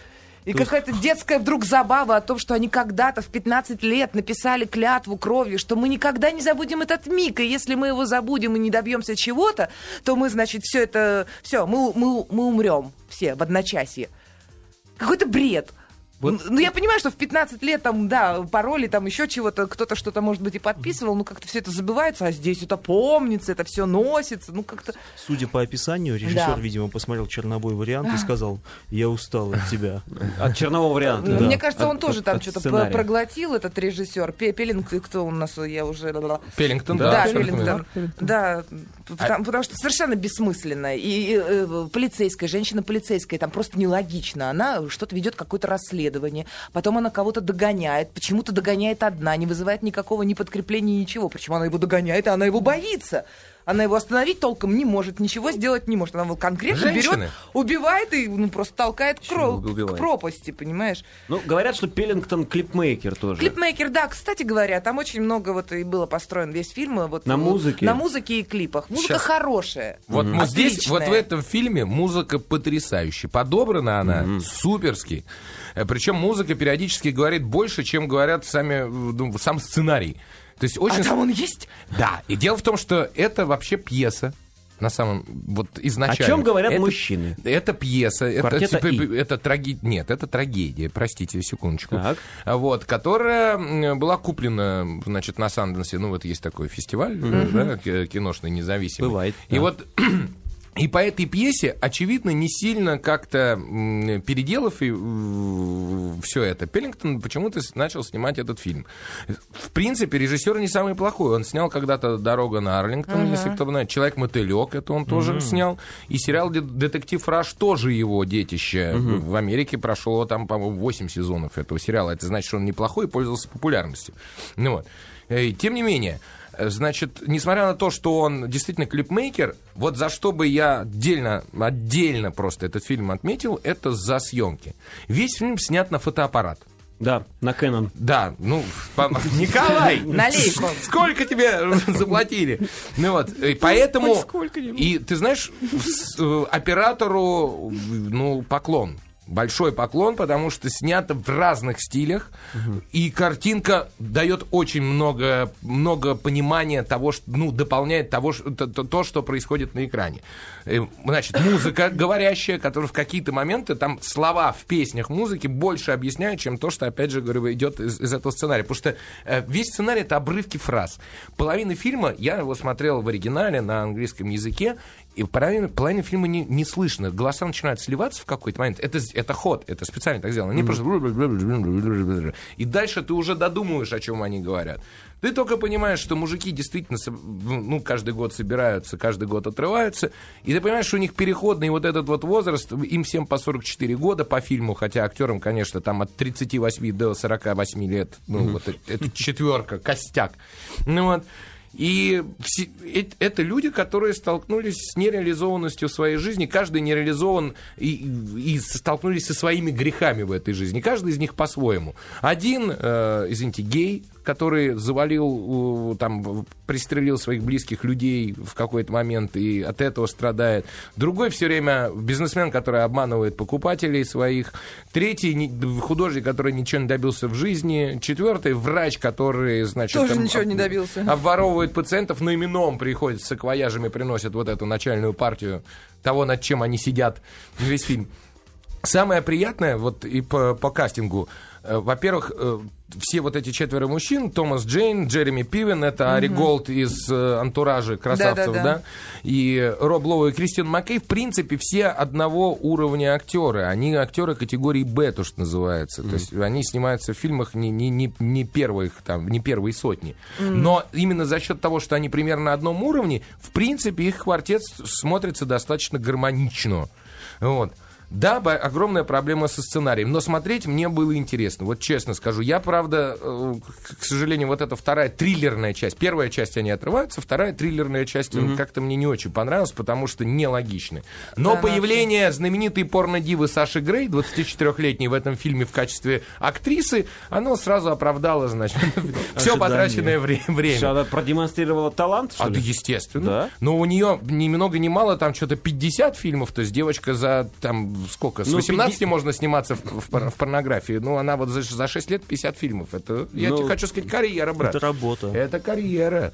И
То есть-
какая-то детская вдруг забава о том, что они когда-то в 15 лет написали клятву кровью, что мы никогда не забудем этот миг, и если мы его забудем и не добьемся чего-то, то мы, значит, все это... Все, мы, мы, мы умрем все в одночасье. Какой-то бред.
Вот-
Ну, я понимаю, что в 15 лет там, да, пароли, там еще чего-то, кто-то что-то, может быть, и подписывал, но как-то все это забывается, а здесь это помнится, это все носится, ну, как-то...
Судя по описанию, режиссер,
Да.
видимо, посмотрел чернобой вариант и сказал, я устал от тебя.
От черного варианта.
Ну,
да.
Мне кажется,
От-
он тоже
от-
там
от
что-то
сценария.
проглотил, этот режиссер. Пе- Пеллинг, кто у нас, я уже...
Пеллингтон,
Да,
да.
Пеллингтон. Да, потому, потому что совершенно бессмысленно. И э, э, полицейская, женщина полицейская, там просто нелогично. Она что-то ведет какое-то расследование, потом она кого-то догоняет, почему-то догоняет одна, не вызывает никакого ни подкрепления, ничего. Почему она его догоняет, а она его боится. Она его остановить толком не может, ничего сделать не может. Она вот конкретно
Женщины?
берет, убивает и ну, просто толкает к
Почему
кро-
убивает?
к пропасти, понимаешь?
Ну, говорят, что Пеллингтон клипмейкер тоже.
Клипмейкер, да, кстати говоря, там очень много вот и было построен весь фильм. Вот,
На
вот
музыке?
На музыке и клипах. Музыка
Щас.
хорошая.
Вот мы здесь,
Отличная.
вот в этом фильме музыка потрясающая. Подобрана она суперски. Э, Причем музыка периодически говорит больше, чем говорят сами, ну, сам сценарий. То есть очень...
А там он есть?
Да, и дело в том, что это вообще пьеса. На самом вот
О
изначально.
чем говорят
это,
мужчины?
Это пьеса, это,
Квартета
типа,
«И».
это траги- Нет, это трагедия, простите, секундочку.
Так.
Вот, которая м, была куплена, значит, на Санденсе. Ну, вот есть такой фестиваль, э, да, к- киношный, независимый.
Бывает,
И
да.
вот и по этой пьесе, очевидно, не сильно как-то м, переделав и все это, Пеллингтон почему-то с- начал снимать этот фильм. В принципе, режиссер не самый плохой. Он снял когда-то «Дорога на Арлингтон», если кто знает. «Человек-мотылек» это он тоже снял. И сериал «Де- «Детектив Раш» тоже его детище. В Америке прошло там, по-моему, 8 сезонов этого сериала. Это значит, что он неплохой и пользовался популярностью. Ну вот. Э, Тем не менее, Значит, несмотря на то, что он действительно клипмейкер, вот за что бы я отдельно, отдельно просто этот фильм отметил, это за съемки. Весь фильм снят на фотоаппарат.
Да, на Кэнон.
Да, ну, по- Николай,
Налей их он.
сколько тебе заплатили? Ну вот, и поэтому... И ты знаешь, с- э, оператору, ну, поклон. Большой поклон, потому что снято в разных стилях, и картинка дает очень много, много понимания того, что, ну, дополняет того, что, то, то- то, что происходит на экране. Э, Значит, музыка говорящая, которая в какие-то моменты, там слова в песнях музыки больше объясняют, чем то, что, опять же, говорю, идет из, из этого сценария. Потому что э, весь сценарий — это обрывки фраз. Половина фильма, я его смотрел в оригинале на английском языке, и половина, половина фильма не, не слышно. Голоса начинают сливаться в какой-то момент. Это, с- это ход, это специально так сделано. Они просто... И дальше ты уже додумываешь, о чем они говорят. Ты только понимаешь, что мужики действительно соб- ну, каждый год собираются, каждый год отрываются. И ты понимаешь, что у них переходный вот этот вот возраст, им всем по 44 года по фильму, хотя актерам, конечно, там от 38 до 48 лет. Ну, вот это, это четверка, костяк. Ну вот. И все- э- это люди, которые столкнулись с нереализованностью в своей жизни. Каждый нереализован и, и столкнулись со своими грехами в этой жизни. Каждый из них по-своему. Один, э, извините, гей, который завалил, э, там, в- пристрелил своих близких людей в какой-то момент и от этого страдает. Другой все время бизнесмен, который обманывает покупателей своих. Третий ни- д- художник, который ничего не добился в жизни. Четвертый врач, который, значит...
Тоже
там,
ничего не
об-
добился.
Обворовывает пациентов, но именом приходит с саквояжами, приносит вот эту начальную партию того, над чем они сидят весь фильм. Самое приятное, вот и по, по кастингу, э, во-первых, э, все вот эти четверо мужчин, Томас Джейн, Джереми Пивен, это Ари Голд из э, «Антуража красавцев», да,
Да-да-да.
и Роб Лоу и Кристиан Маккей, в принципе, все одного уровня актеры. Они актеры категории «Б», то, что называется. То есть они снимаются в фильмах не, не, не, не первых, там, не первые сотни. Но именно за счет того, что они примерно на одном уровне, в принципе, их квартет с- смотрится достаточно гармонично. Вот. Да, бо- огромная проблема со сценарием, но смотреть мне было интересно, вот честно скажу. Я, правда, э, к к сожалению, вот эта вторая триллерная часть, первая часть они отрываются, вторая триллерная часть э, как-то мне не очень понравилась, потому что нелогичны. Но появление знаменитой порно-дивы Саши Грей, 24-летней в этом фильме в качестве актрисы, оно сразу оправдало, значит, все
Ожидание.
потраченное вре- время.
Она продемонстрировала талант, что
А, да,
ли?
естественно.
Да?
Но у нее ни много ни мало, там что-то 50 фильмов, то есть девочка за, там, сколько, с
Ну,
18
пятьде-
можно сниматься в, в пор- в порнографии. Ну, она вот за, ш- за 6 лет 50 фильмов. Это, я
Ну,
тебе хочу сказать, карьера, брат.
Это работа.
Это карьера.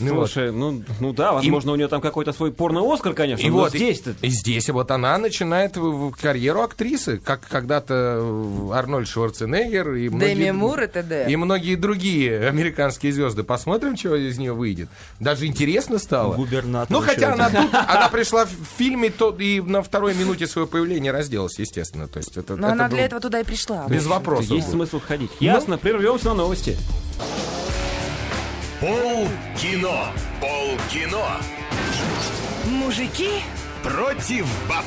Ну, вот.
Слушай, ну, ну да, возможно, у нее там какой-то свой порно-Оскар, конечно,
И
но
вот
здесь-то...
и здесь вот она начинает в- в карьеру актрисы, как когда-то э, Арнольд Шварценеггер и многие,
Мур и т.д..
и многие другие американские звезды. Посмотрим, чего из нее выйдет. Даже интересно стало.
Губернатор
Ну
еще
хотя
один.
она тут, она пришла в фильме то и на второй минуте своего появления разделась, естественно. То есть это,
Но
это
она для
был
этого туда и пришла.
без вопросов.
Есть
был.
смысл ходить.
Ну?
Ясно, прервемся на новости.
Пол кино. Пол кино.
Мужики
Против баб.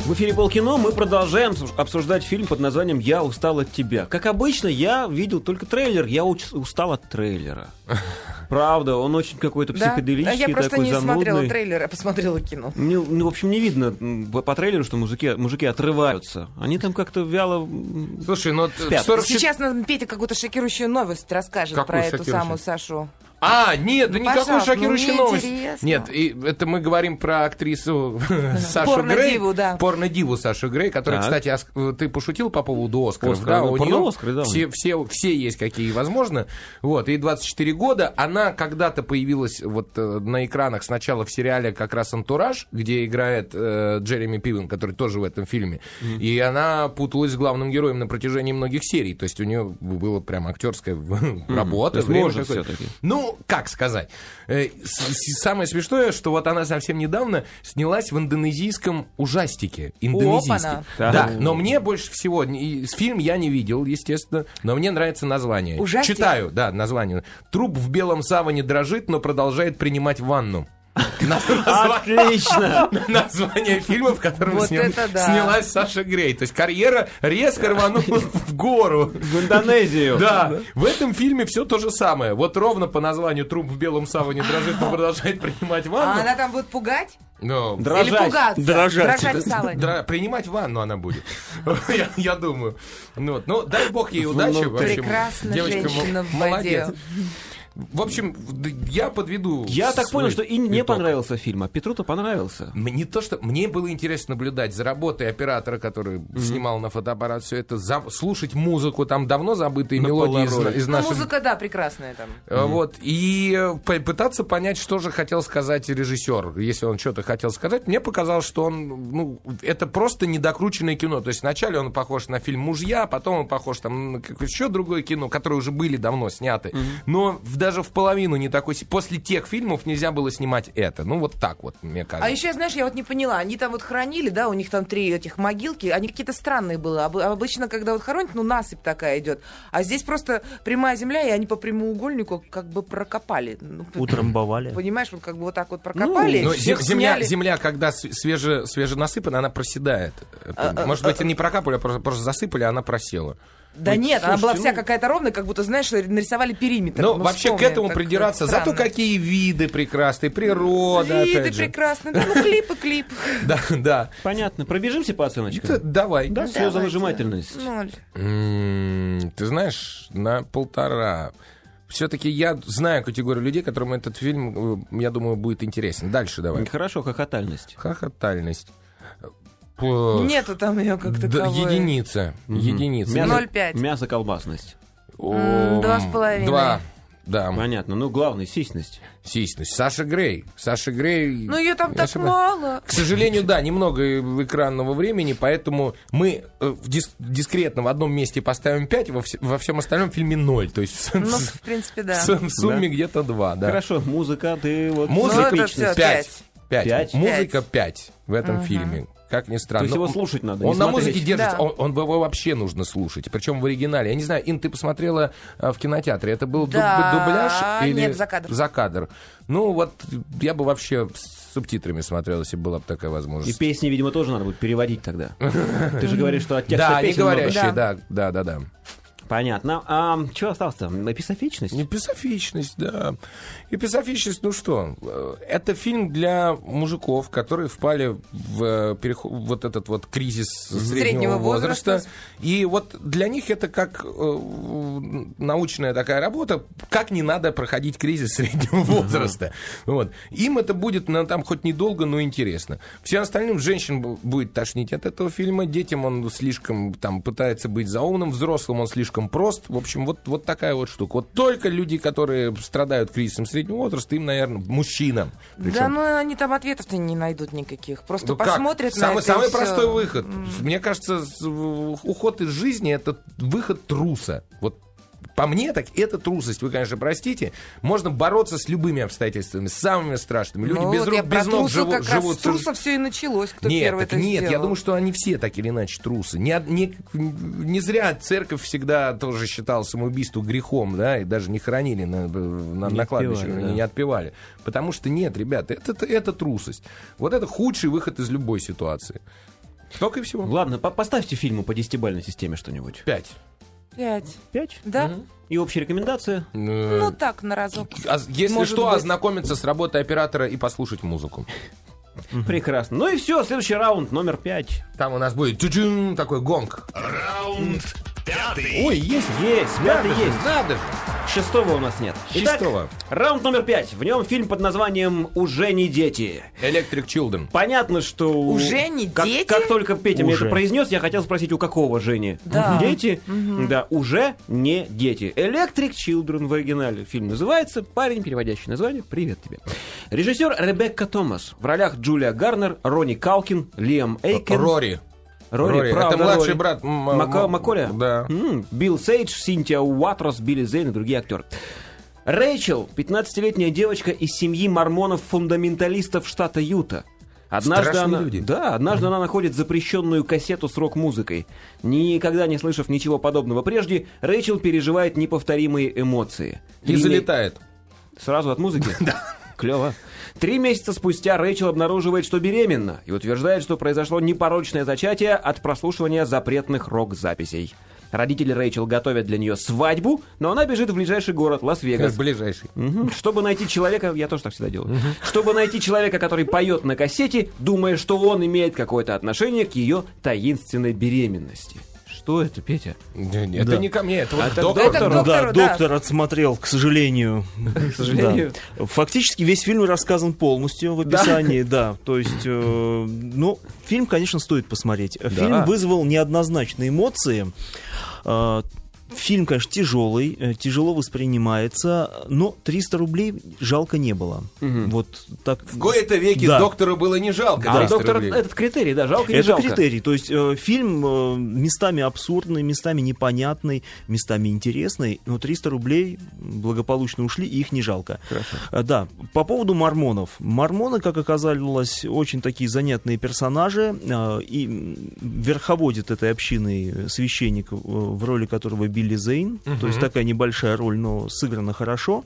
В эфире Полкино мы продолжаем обсуж- обсуждать фильм под названием «Я устал от тебя». Как обычно, я видел только трейлер, я уч- устал от трейлера. Правда, он очень какой-то
Да.
психоделический,
А я просто
такой
не смотрела
занудный.
трейлер, а посмотрела кино.
Мне, ну, в общем, не видно м, по по трейлеру, что мужики, мужики отрываются. Они там как-то вяло... м,
Слушай, ну
Спят.
44...
Сейчас нам Петя какую-то шокирующую новость расскажет
Какую
про эту
шокирующую?
самую Сашу.
А, нет, ну, никакой
пожалуйста,
шокирующей
ну, мне
новости.
интересно.
Нет, и это мы говорим про актрису Сашу Грей.
Порнодиву, да.
Порнодиву Сашу Грей, которая,
Так.
кстати, оск- э, ты пошутил по поводу Оскаров,
Оскара,
да?
ну,
у
порно
неё
Оскары, да, у
все,
неё.
все, все есть какие возможно. Вот, ей 24 года. Она когда-то появилась вот э, на экранах сначала в сериале как раз «Антураж», где играет э, Джереми Пивен, который тоже в этом фильме. И она путалась с главным героем на протяжении многих серий. То есть у нее было прям актерская работа.
То есть
время
может
какое-то.
всё-таки.
Ну, как сказать? Э, с- с- Самое смешное, что вот она совсем недавно снялась в индонезийском ужастике. Индонезийском.
Опа-на.
Да,
Так.
но мне больше всего... и Фильм я не видел, естественно, но мне нравится название.
Ужастик?
Читаю, да, название. Труп в белом саване дрожит, но продолжает принимать ванну. Назва-
Отлично!
Название фильма, в котором
А, Вот
сня-
это да.
снялась Саша Грей. То есть карьера резко рванула в гору.
В Индонезию!
Да, в этом фильме все то же самое. Вот ровно по названию «Труп в белом саване дрожит, но продолжает принимать
А
ванну».
она там будет пугать?
Ну,
Или пугаться?
Дрожать.
Дрожать в саване.
дра- Принимать ванну она будет, я, я думаю. Ну, вот. ну, дай бог ей удачи. в общем.
Прекрасная
Девочка мо-
женщина в воде.
молодец. В общем, д- я подведу.
Я так
свой
понял, что и не
итог.
понравился фильм, а Петру-то понравился.
Мне то, что мне было интересно наблюдать за работой оператора, который снимал на фотоаппарат все это, за- слушать музыку, там давно забытые
На
мелодии из,
Polaroid.
из
Ну,
наших
музыка, да, прекрасная там.
Э, Вот. И э, по- пытаться понять, что же хотел сказать режиссер, если он что-то хотел сказать. Мне показалось, что он, ну, это просто недокрученное кино. То есть вначале он похож на фильм «Мужья», а потом он похож там на какое-то еще другое кино, которые уже были давно сняты. Но в- даже в половину не такой... си- После тех фильмов нельзя было снимать это. Ну, вот так вот, мне кажется.
А еще, знаешь, я вот не поняла, они там вот хранили, да, у них там три этих могилки, они какие-то странные были. Обы- Обычно, когда вот хоронят, ну, насыпь такая идет. А здесь просто прямая земля, и они по прямоугольнику как бы прокопали. Ну, п-
Утрамбовали.
Понимаешь, вот как бы вот так вот прокопали,
Ну,
всех
зем- земля,
сняли.
земля, когда св-
а,
а свеже, свеженасыпана, она проседает. Может быть, не прокапали, а просто, просто засыпали, а она просела.
Да нет, она была
слушайте,
вся
ну-
какая-то ровная, как будто, знаешь, нарисовали периметр.
Ну, вообще к
вспомни,
этому
так,
придираться.
странно.
Зато какие виды прекрасные, природа,
Виды
опять же.
прекрасные. Да, ну, клип и клип.
Да, да.
Понятно. Пробежимся по
Да,
оценочкам?
Давай.
Да, слезовыжимательность.
Ноль.
М, Ты знаешь, на полтора. Все-таки я знаю категорию людей, которым этот фильм, э, я думаю, будет интересен. Дальше давай.
Хорошо, хохотальность.
Хохотальность. Э,
Нету там ее как
да,
таковой.
единица. Единица.
Мясо-
Ноль пять.
Мясо колбасность.
Ом,
два с половиной.
Два. Да,
Понятно. Ну, главное, сисьность.
сисьность. Саша Грей. Саша Грей...
Ну, ее там
Я
так
ошибаюсь.
мало.
К сожалению, да, немного экранного времени, поэтому мы э, в дис- дискретно в одном месте поставим 5, во, вс- во всем остальном фильме 0. То есть в, сум-
Ну,
в
в принципе, да.
сум- в сумме где-то 2, да.
Хорошо, музыка, ты вот...
Ну,
Музыка
это
5.
всё, пять.
Пять.
Музыка 5 в этом фильме. Как ни странно.
То есть его
Он-
слушать надо, не
Он на
смотреть.
музыке держится,
Да.
он, он- его вообще нужно слушать. Причем в оригинале. Я не знаю, Ин, ты посмотрела а, в кинотеатре. Это был дуб-
Да,
дубляж или
нет, за кадр.
за кадр? Ну вот я бы вообще с субтитрами смотрел, если была бы такая возможность.
И песни, видимо, тоже надо будет переводить тогда. Ты же говоришь, что от текста
да, не
песен много.
говорящие, да, да, да, да.
Понятно. А что осталось-то? Эписофичность?
Эписофичность, да. Эписофичность, ну что, э, это фильм для мужиков, которые впали в э, переход- вот этот вот кризис среднего,
Среднего
возраста.
возраста.
И вот для них это как э, м, научная такая работа, как не надо проходить кризис среднего возраста. Вот. Им это будет, ну, там, хоть недолго, но интересно. Всем остальным женщин бу- будет тошнить от этого фильма, детям он слишком, там, пытается быть заумным, взрослым он слишком прост. В общем, вот, вот такая вот штука. Вот только люди, которые страдают кризисом среднего возраста, им, наверное, мужчинам.
Да,
причем.
ну они там ответов-то не найдут никаких. Просто
Ну как?
посмотрят на
самый,
это и
Самый
всё.
простой выход. Мне кажется, с- в- уход из жизни это выход труса. Вот по мне так это трусость. Вы, конечно, простите. Можно бороться с любыми обстоятельствами, с самыми страшными. Люди
Ну,
без
вот
рук,
я про
без ног
трусов
живу-
как раз
живут.
с трусов все и началось, кто
Нет,
первый
так
это
нет, я
сделал.
думаю, что они все так или иначе трусы. Не, од- не- не зря церковь всегда тоже считала самоубийство грехом, да, и даже не хоронили на, на,
Не
на кладбище,
отпевали, да.
не отпевали. Потому что нет, ребята, это, это трусость. Вот это худший выход из любой ситуации. Только и всего.
Ладно, по- поставьте фильму по десятибальной системе что-нибудь.
Пять.
Пять.
Пять.
Да?
И общая рекомендация.
Ну так, на разок.
э, А с- Если
может
что,
быть.
ознакомиться с работой оператора и послушать музыку.
Прекрасно. Ну и все, следующий раунд, номер пять.
Там у нас будет тю-тюн, такой гонг.
Раунд пятый.
Ой, есть, есть, пятый
Надо же,
есть.
Надо же.
Шестого у нас нет. Итак,
Шестого.
раунд номер пять. В нем фильм под названием «Уже не дети».
Electric Children.
Понятно, что... у-
Уже не
как,
дети?
Как только Петя мне
Уже.
это произнес, я хотел спросить, у какого Жени
Да.
дети? Да, уже не дети. Electric Children в оригинале фильм называется. Парень, переводящий название, привет тебе. Режиссер Ребекка Томас. В ролях Джулия Гарнер, Ронни Калкин, Лиам Эйкен.
Рори.
Рори,
Рори.
правда,
Это младший
Рори.
брат, м,
Мака-
м,
Маколя?
да.
М, Билл Сейдж, Синтия Уатрос, Билли Зейн и другие актеры. Рэйчел, 15-летняя девочка из семьи мормонов-фундаменталистов штата Юта. Однажды
Страшные
она,
люди.
Да, однажды она находит запрещенную кассету с рок-музыкой. Никогда не слышав ничего подобного прежде, Рэйчел переживает неповторимые эмоции.
И
Три мя-
залетает.
Сразу от музыки? Да. Клево. Три месяца спустя Рэйчел обнаруживает, что беременна, и утверждает, что произошло непорочное зачатие от прослушивания запретных рок-записей. Родители Рэйчел готовят для нее свадьбу, но она бежит в ближайший город Лас-Вегас.
ближайший.
Мгм. Чтобы найти человека, я тоже так всегда делаю. Чтобы найти человека, который поет на кассете, думая, что он имеет какое-то отношение к ее таинственной беременности. Что это, Петя?
Это не ко мне, это вот
А
к
это
доктору.
доктор.
Да,
Доктору, да.
доктор отсмотрел, к сожалению. К
сожалению.
Фактически весь фильм рассказан полностью в описании, да. То есть, э, ну, фильм, конечно, стоит посмотреть. Фильм вызвал неоднозначные эмоции. Э, Фильм, конечно, тяжелый, э, тяжело воспринимается, но 300 рублей жалко не было. Вот так.
В кои-то веки
Да.
доктору было не жалко.
А
300
доктор,
рублей.
этот критерий, да, жалко не
Это
жалко.
критерий. То есть э, фильм э, местами абсурдный, местами непонятный, местами интересный, но 300 рублей благополучно ушли, и их не жалко. Э, Да. По поводу мормонов. Мормоны, как оказалось, очень такие занятные персонажи. э, И м, верховодит этой общиной священник, э, в роли которого Билли Билли Зейн. То есть такая небольшая роль, но сыграна хорошо.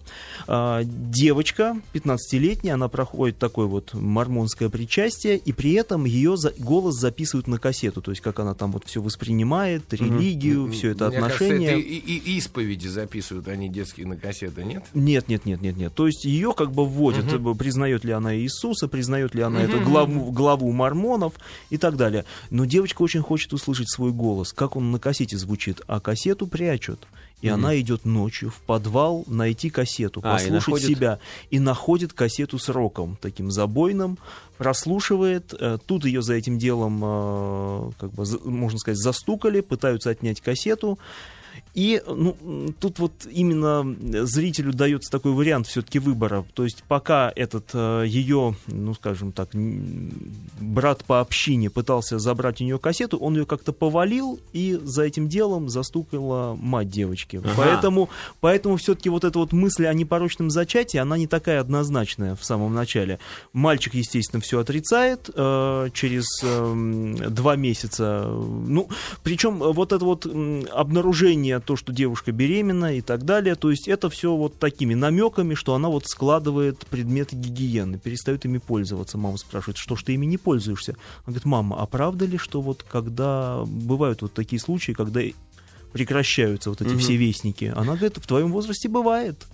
А, девочка, 15-летняя, она проходит такое вот мормонское причастие, и при этом ее за- голос записывают на кассету. То есть как она там вот все воспринимает, религию, все это
Мне кажется,
отношение.
это и, и- и исповеди записывают, они детские на кассеты, нет?
Нет, нет, нет, нет, нет. То есть ее как бы вводят, э, признает ли она Иисуса, признает ли она это главу, главу мормонов и так далее. Но девочка очень хочет услышать свой голос, как он на кассете звучит, а кассету прячут. И она идет ночью в подвал найти кассету,
А, и
послушать
находит?
себя. И находит кассету с роком, таким забойным, прослушивает. Э, Тут ее за этим делом, э, как бы, за- можно сказать, застукали, пытаются отнять кассету. И ну, м, тут вот именно зрителю дается такой вариант все-таки выбора. То есть пока этот ее, ну скажем так, м, брат по общине пытался забрать у нее кассету, он ее как-то повалил, и за этим делом застукала мать девочки. Поэтому, поэтому все-таки вот эта вот мысль о непорочном зачатии, она не такая однозначная в самом начале. Мальчик, естественно, все отрицает э, через э, м, два месяца. Ну, причем вот это вот м, обнаружение, то, что девушка беременна и так далее, то есть это все вот такими намеками, что она вот складывает предметы гигиены, перестает ими пользоваться. Мама спрашивает, что ж ты ими не пользуешься? Она говорит, мама, а правда ли, что вот когда бывают вот такие случаи, когда прекращаются вот эти все вестники? Она говорит, в твоем возрасте бывает.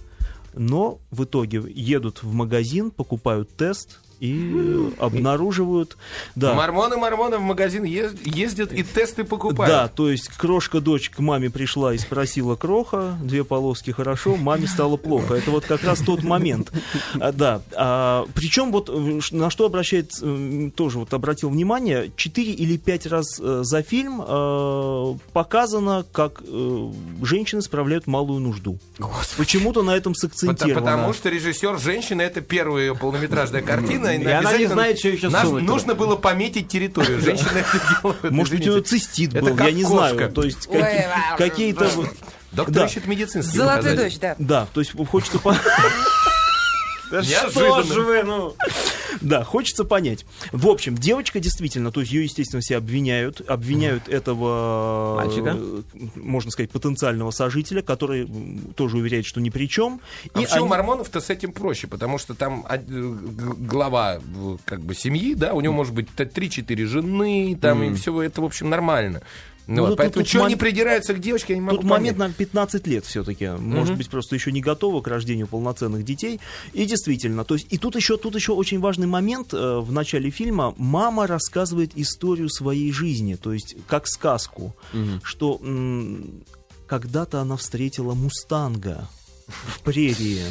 Но в итоге едут в магазин, покупают тест и э, обнаруживают... Да.
Мормоны, мормоны в магазин ез- ездят и тесты покупают.
Да, то есть крошка-дочь к маме пришла и спросила кроха, две полоски хорошо, маме стало плохо. Это вот как раз тот момент. А, Да. причем вот э, ш- на что обращает, э, тоже вот обратил внимание, четыре или пять раз э, за фильм э, показано, как э, женщины справляют малую нужду. Почему-то на этом
Пот-
сакцентировано.
Потому, что режиссер женщина это первая ее полнометражная картина. И,
она не
обязательно
знает, что еще
нас-
сунуть
Нужно было пометить территорию. Женщина это делает.
Может быть, у нее
извините.
цистит
Это
был,
как
я не
кошка.
знаю. То есть
Ой,
какие-
ва-
какие-то... вот-
Доктор
Да.
ищет медицинский
Золотая дочь, да.
Да, то есть хочется... по-
Что же вы, ну...
Да, хочется понять. В общем, девочка действительно, то есть ее, естественно, все обвиняют, обвиняют этого,
Мальчика?
э, можно сказать, потенциального сожителя, который м, тоже уверяет, что ни при чем.
А
И
почему
они-
Мормонов-то с этим проще? Потому что там а, э, г- глава в, как бы семьи, да, у него может быть т- 3-4 жены, там и все это, в общем, нормально. Ну,
Ну,
вот,
тут-
поэтому
тут
чего
мом-
они придираются к девочке, я не могу
Тут
понять.
момент, наверное, 15 лет все-таки. Может быть, просто еще не готова к рождению полноценных детей. И действительно, то есть, и тут еще, тут еще очень важный момент э, в начале фильма. Мама рассказывает историю своей жизни, то есть как сказку, что м, когда-то она встретила мустанга в прерии.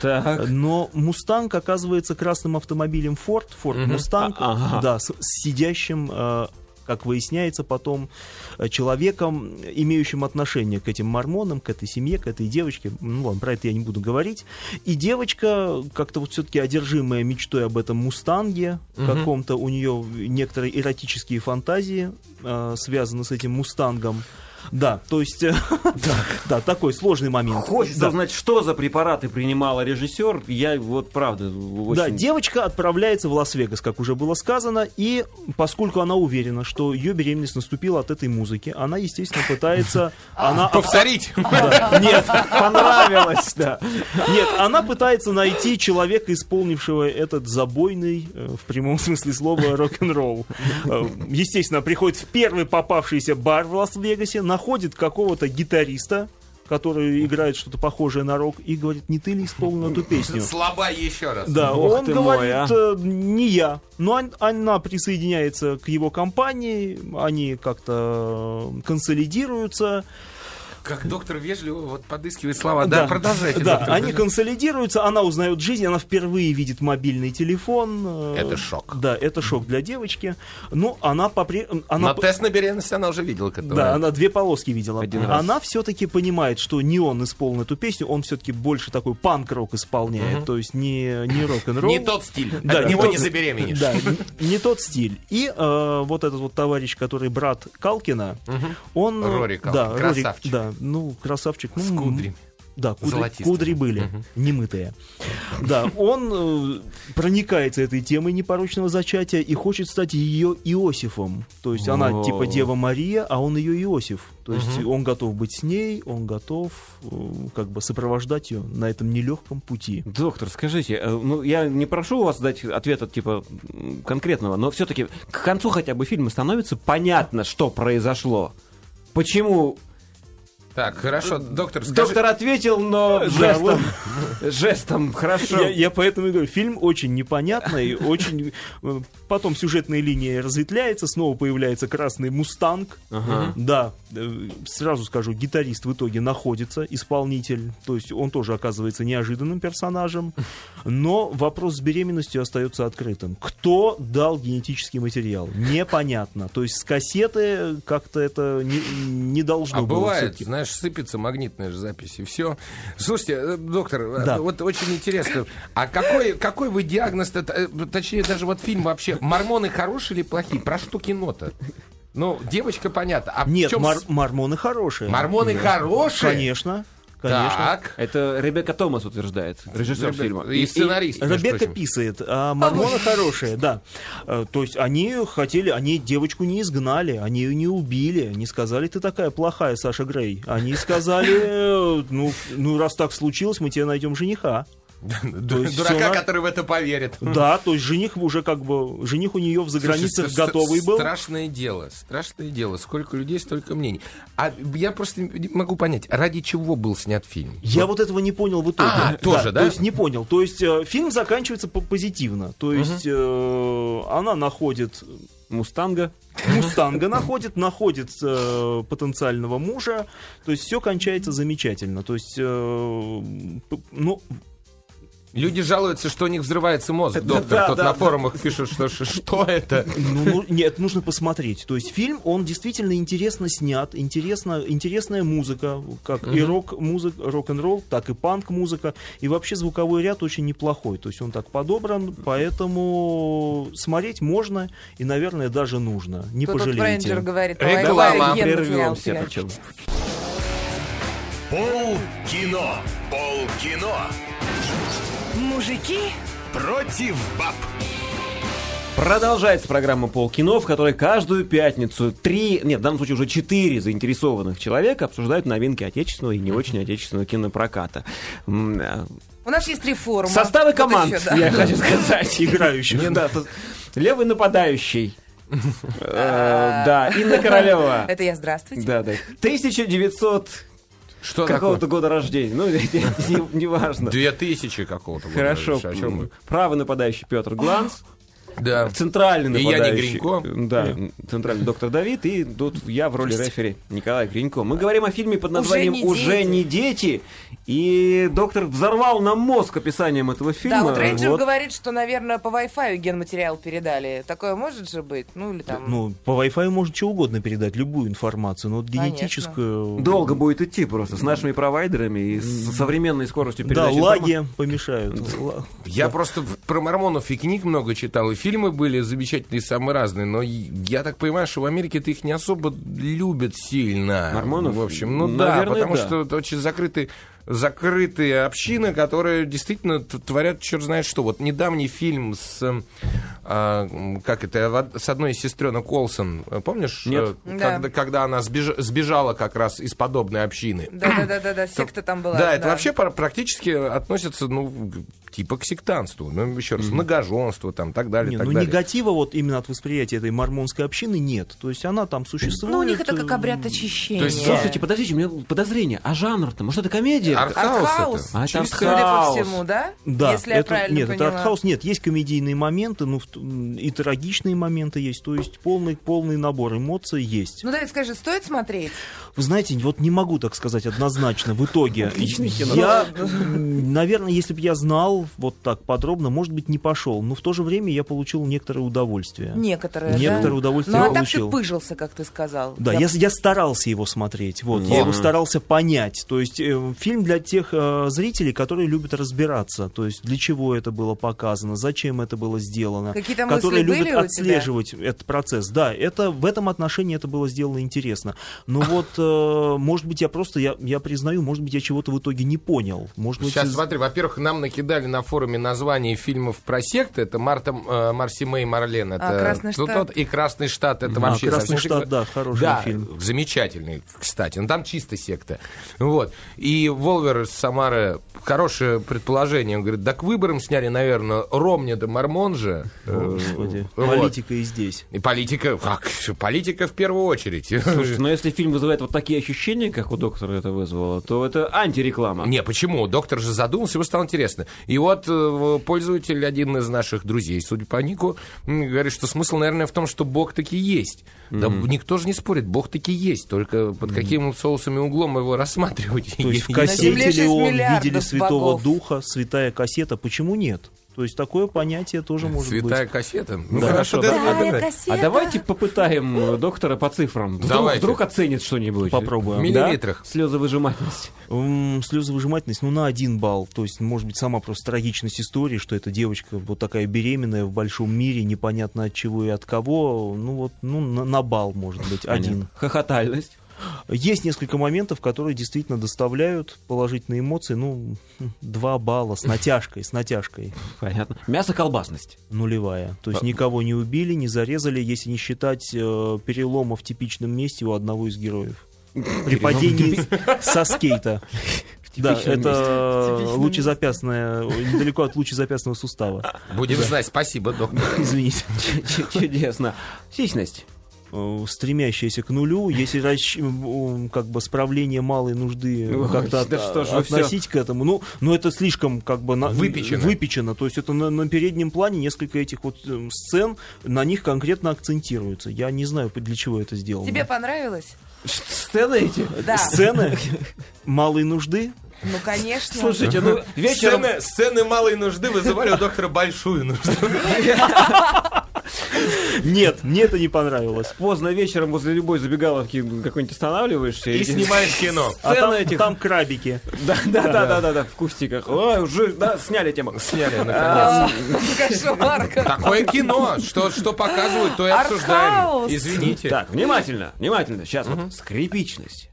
Так.
Но Мустанг оказывается красным автомобилем Ford, Ford Мустанг,
А, ага.
да, с, с сидящим, э, как выясняется потом, э, человеком, имеющим отношение к этим мормонам, к этой семье, к этой девочке. Ну ладно, про это я не буду говорить. И девочка, как-то вот все-таки одержимая мечтой об этом Мустанге, каком-то у нее некоторые эротические фантазии э, связаны с этим Мустангом. Да, то есть, э, да, да, такой сложный момент.
А Хочется
Да.
знать, что за препараты принимала режиссер. Я вот правда очень...
Да, девочка отправляется в Лас-Вегас, как уже было сказано, и поскольку она уверена, что ее беременность наступила от этой музыки, она, естественно, пытается... Она...
А, Повторить!
Да, Нет, понравилось, да. Нет, она пытается найти человека, исполнившего этот забойный, э, в прямом смысле слова, рок-н-ролл. Э, Естественно, приходит в первый попавшийся бар в Лас-Вегасе, находит какого-то гитариста, который играет что-то похожее на рок, и говорит, не ты ли исполнил эту песню?
Слаба еще раз.
Да,
Ох
он
ты мой, а.
говорит, «Э, не я. Но он- она присоединяется к его компании, они как-то э, консолидируются.
Как доктор вежливо вот подыскивает слова. Да, продолжайте.
Да,
доктор, продолжайте.
они консолидируются, она узнает жизнь, она впервые видит мобильный телефон. э,
Это шок.
Да, это шок для девочки. Но она по-прежнему...
Но тест на беременность она уже видела. который-
Да, она две полоски видела.
Один раз.
она все-таки понимает, что не он исполнил эту песню, он все-таки больше такой панк-рок исполняет, то есть не, не рок-н-ролл.
Не тот стиль.
Да,
От
не
него
тот-
не забеременеешь.
Да, не- не тот стиль. И э, вот этот вот товарищ, который брат Калкина, он... э,
Рори Калкин,
Да, Рори,
красавчик.
Да, ну, красавчик. Ну,
С кудрями.
Да, кудри,
Золотистые.
кудри были, немытые. Да, он э, проникается этой темой непорочного зачатия и хочет стать ее Иосифом. То есть она
О.
типа Дева Мария, а он ее Иосиф. То есть он готов быть с ней, он готов э, как бы сопровождать ее на этом нелегком пути.
Доктор, скажите, э, ну я не прошу вас дать ответа типа м, конкретного, но все-таки к концу хотя бы фильма становится понятно, что произошло. Почему
Так, хорошо, доктор, скажи...
доктор ответил, но жестом, жестом, хорошо.
Я, я поэтому и говорю, фильм очень непонятный, очень... э, Потом сюжетная линия разветвляется, снова появляется красный «Мустанг».
Ага.
Да, э, сразу скажу, гитарист в итоге находится, исполнитель, то есть он тоже оказывается неожиданным персонажем, но вопрос с беременностью остается открытым. Кто дал генетический материал? Непонятно. То есть с кассеты как-то это не, не должно
А
было
бывает,
всё-таки.
знаешь, сыпется магнитная же запись, и все. Слушайте, э, доктор, э,
Да.
вот очень интересно, а какой, какой вы диагноз, точнее, даже вот фильм вообще, мормоны хорошие или плохие? Про что кино-то? Ну, девочка, понятно. А в
Нет,
чём
мор-
с-
мормоны хорошие.
мормоны хорошие?
Конечно, конечно.
Так.
Это Ребекка Томас утверждает, режиссер
Ребята,
фильма.
И сценарист. между
Ребекка
прочим.
писает, а Мормоны хорошие, да. Э, То есть они хотели, они девочку не изгнали, они ее не убили, не сказали, ты такая плохая, Саша Грей. Они сказали, э, ну, ну раз так случилось, мы тебе найдем жениха. То есть всё
Дурака,
на-
который в это поверит.
Да, то есть жених уже как бы, жених у нее в заграницах
Хм. Слушай, ст-
готовый
ст-
был.
Страшное дело, страшное дело. Сколько людей, столько мнений. А я просто не могу понять, ради чего был снят фильм?
Я вот этого не понял в итоге.
А, тоже, да?
То есть не понял. То есть э, фильм заканчивается по- позитивно. То есть э, она находит
Мустанга.
Мустанга находит, находит э, потенциального мужа. То есть все кончается замечательно. То есть, э, п- ну,
Люди жалуются, что у них взрывается мозг. Доктор
да,
тот
да,
на
да.
форумах пишет, что ш- что это?
ну, ну, нет, нужно посмотреть. То есть фильм, он действительно интересно снят, интересно, интересная музыка, как и рок-музыка, рок-н-ролл, так и панк-музыка. И вообще звуковой ряд очень неплохой. То есть он так подобран, поэтому смотреть можно и, наверное, даже нужно. Не
Кто тут рейнджер
пожалеете.
говорит? «Ой,
Реклама.
ой, Ген потерял
Прервемся
себя».
причем.
Пол кино. Пол кино.
Мужики
Против баб.
Продолжается программа «Полкино», в которой каждую пятницу три, нет, в данном случае уже четыре заинтересованных человека обсуждают новинки отечественного и не очень отечественного кинопроката. М, э,
У нас есть три форума.
Составы
Вот
команд,
ещё, да.
я хочу сказать.
Играющих.
Да, тут Левый нападающий. Э, Да, Инна Королева.
А. Это я, здравствуйте.
Да, да. 1900
Что такое?
какого-то года рождения. Ну, не- неважно.
Две тысячи какого-то. года
Хорошо.
рождения. О чем мы?
Правый нападающий Петр Гланс.
Да.
Центральный
И я не
нападающий.
Гринько.
Да, центральный доктор Давид. И тут я в роли рефери Николай Гринько. Мы говорим о фильме под названием
не
«Уже
дети».
не дети». И доктор взорвал нам мозг описанием этого фильма.
Да, вот рейнджер
Вот.
говорит, что, наверное, по Wi-Fi генматериал передали. Такое может же быть? Ну, или там...
Ну, по Wi-Fi можно что угодно передать, любую информацию, но вот
Конечно.
генетическую...
Долго будет идти просто с нашими провайдерами и с современной скоростью
Да,
передачи. информации.
лаги помешают. Ла-
Я просто в- про мормонов и книг много читал, и фильмы были замечательные, самые разные, но и- я так понимаю, что в Америке-то их не особо любят сильно.
Мормонов?
В общем, ну да,
Наверное,
потому
да.
что это очень закрытые, закрытые общины, которые действительно т- творят черт знает что. Вот недавний фильм с, эм, а, м, как это, в од- с одной из сестренок Олсен, э, помнишь?
Нет.
э,
Да.
Когда, когда она сбеж- сбежала как раз из подобной общины.
Да-да-да-да, секта там была.
Да, это вообще пар- практически относится, ну, к- типа к сектантству. Ну, еще раз, многоженство там, так далее,
Не,
так
ну,
далее.
негатива вот именно от восприятия этой мормонской общины нет. То есть она там существует.
Ну, у них это как
э,
обряд очищения.
То есть, типа,
Слушайте, подождите, у меня подозрение. А жанр-то? Может, это комедия?
Артхаус
Артхаус.
это.
А это
Судя по
артхаус.
всему, да?
Да,
Если я
это,
правильно
нет,
поняла.
это артхаус, нет, есть комедийные моменты, ну в- м, и трагичные моменты есть, то есть полный полный набор эмоций есть.
Ну, Давид, скажи, стоит смотреть?
Вы знаете, вот не могу так сказать однозначно в итоге. Я, м, наверное, если бы я знал вот так подробно, может быть, не пошел, но в то же время я получил некоторое удовольствие.
Некоторые, да?
Некоторое удовольствие
Ну, а
я
так
получил.
ты пыжился, как ты сказал.
Да, я, я старался его смотреть, вот, я его старался понять. То есть э, фильм для тех э, зрителей, которые любят разбираться, то есть для чего это было показано, зачем это было сделано.
Какие-то мысли
которые
были
любят
у тебя?
отслеживать этот процесс. Да, это в этом отношении это было сделано интересно. Но вот, э, может быть, я просто, я, я признаю, может быть, я чего-то в итоге не понял. Может быть,
Сейчас
из-
смотри, во-первых, нам накидали на форуме название фильмов про секты. Это Марта, э, Марси Мэй Марлен. Это
А, «Красный
тот-
штат».
тот- И Красный штат. Это
А,
вообще
«Красный
совсем
штат»,
секта.
да, хороший
Да,
фильм.
замечательный, кстати. Ну, там чисто секта. Вот. И Волвер из Самары, хорошее предположение. Он говорит, да к выборам сняли, наверное, Ромня да Мормон же. Э,
Господи,
вот.
политика и здесь.
И политика, как, политика в первую очередь.
Слушай, но если фильм вызывает вот такие ощущения, как у доктора это вызвало, то это антиреклама.
Не, почему? Доктор же задумался, ему стало интересно. И вот э, пользователь, один из наших друзей, судя по нику, м, говорит, что смысл, наверное, в том, что Бог таки есть. Да никто же не спорит, Бог таки есть, только под каким соусом и углом его рассматривать.
То есть в
Я-
земле
кассете
шесть
Леон
миллиардов
видели Святого
богов.
Духа, Святая кассета. Почему нет? То есть такое понятие тоже может
Святая
быть.
кассета. Ну
Да.
хорошо, да, да, да, да.
А давайте попытаем э, доктора по цифрам. Вдруг-
Давайте.
Вдруг оценит что-нибудь.
В
Попробуем.
миллилитрах.
Слезовыжимательность.
М, Слезовыжимательность, ну, на один балл. То есть, может быть, сама просто трагичность истории, что эта девочка вот такая беременная в большом мире, непонятно от чего и от кого. Ну, вот, ну, на, на балл, может быть, один.
Хохотальность.
Есть несколько моментов, которые действительно доставляют положительные эмоции. Ну, хм, два балла с натяжкой, с натяжкой.
Понятно. Мясо-колбасность.
нулевая. То есть никого не убили, не зарезали, если не считать э, перелома в типичном месте у одного из героев. При падении со скейта. Да,
типичном
это лучезапястное, недалеко от лучезапястного сустава.
Будем знать, спасибо, доктор.
Извините.
Ч- ч- Чудесно. Сисьность.
Э, Стремящаяся к нулю, если расщ- м, как бы справление малой нужды
Ой,
как-то от-
да что ж вы
относить к этому, ну, но это слишком как бы на-
Выпечено.
выпечено. то есть это на, на переднем плане несколько этих вот эм, сцен, на них конкретно акцентируется. Я не знаю, для чего это сделано.
Тебе понравилось?
Ш- Сцены эти?
Э,
Да.
Сцены малой нужды.
Ну, конечно.
Слушайте, ну вечером...
Сцены, сцены малой нужды вызывали у доктора большую нужду.
Нет, мне это не понравилось.
Поздно вечером возле любой забегаловки какой-нибудь останавливаешься
И снимаешь кино.
А
Сцены
там,
этих-
там крабики.
Да, да, да, да, да, да, в кустиках. Ой, уже, да, сняли тему. А,
Сняли, наконец.
Кошмар.
Такое кино, что, что показывают, то и обсуждаем.
Артхаус.
Извините.
Так, внимательно, внимательно. Сейчас вот скрипичность.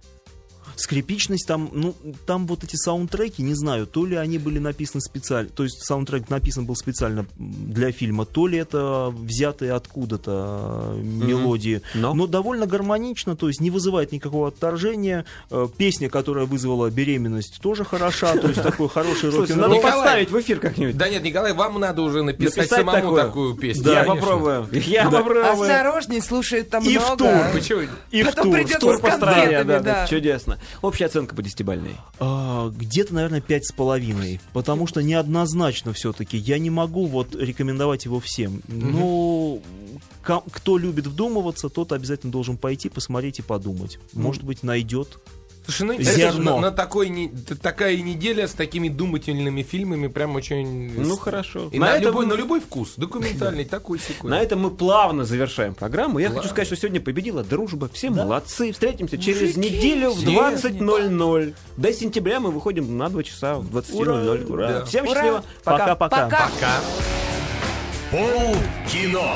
Скрипичность там, ну, там вот эти саундтреки, не знаю, то ли они были написаны специально, то есть саундтрек написан был специально м, для фильма, то ли это взятые откуда-то э, мелодии.
Ну,
Но?
довольно гармонично, то есть не вызывает никакого отторжения. Э, Песня, которая вызвала беременность, тоже хороша, то есть такой хороший
Слушайте,
рок-н-ролл.
надо
Николай.
поставить в эфир как-нибудь.
Да нет, Николай, вам надо уже написать,
Написать
самому
такое.
такую песню.
Я
Конечно.
попробую. Я
А
попробую.
Осторожней, слушают там
И в
много.
тур.
Почему?
И в
Потом
тур, в
придется
тур
с
поставить.
конфетами,
Да, да, да,
да.
чудесно. Общая оценка по десятибальной.
А, Где-то, наверное, пять с половиной, потому что неоднозначно все-таки. Я не могу вот рекомендовать его всем. Но ко- кто любит вдумываться, тот обязательно должен пойти посмотреть и подумать. Может быть, найдет.
Слушай, ну,
Зерно.
это же На, на такой, не- т- такая неделя с такими думательными фильмами прям очень...
Ну
с-
хорошо.
И
На
на,
этом-
любой, на любой вкус. Документальный, такой секой.
На этом мы плавно завершаем программу. Я хочу сказать, что сегодня победила дружба. Все молодцы. Встретимся через неделю в 20.00. До сентября мы выходим на 2 часа в 20.00. Ура.
Да.
Всем
Ура.
счастливо.
Пока-пока.
Пока.
Пол кино.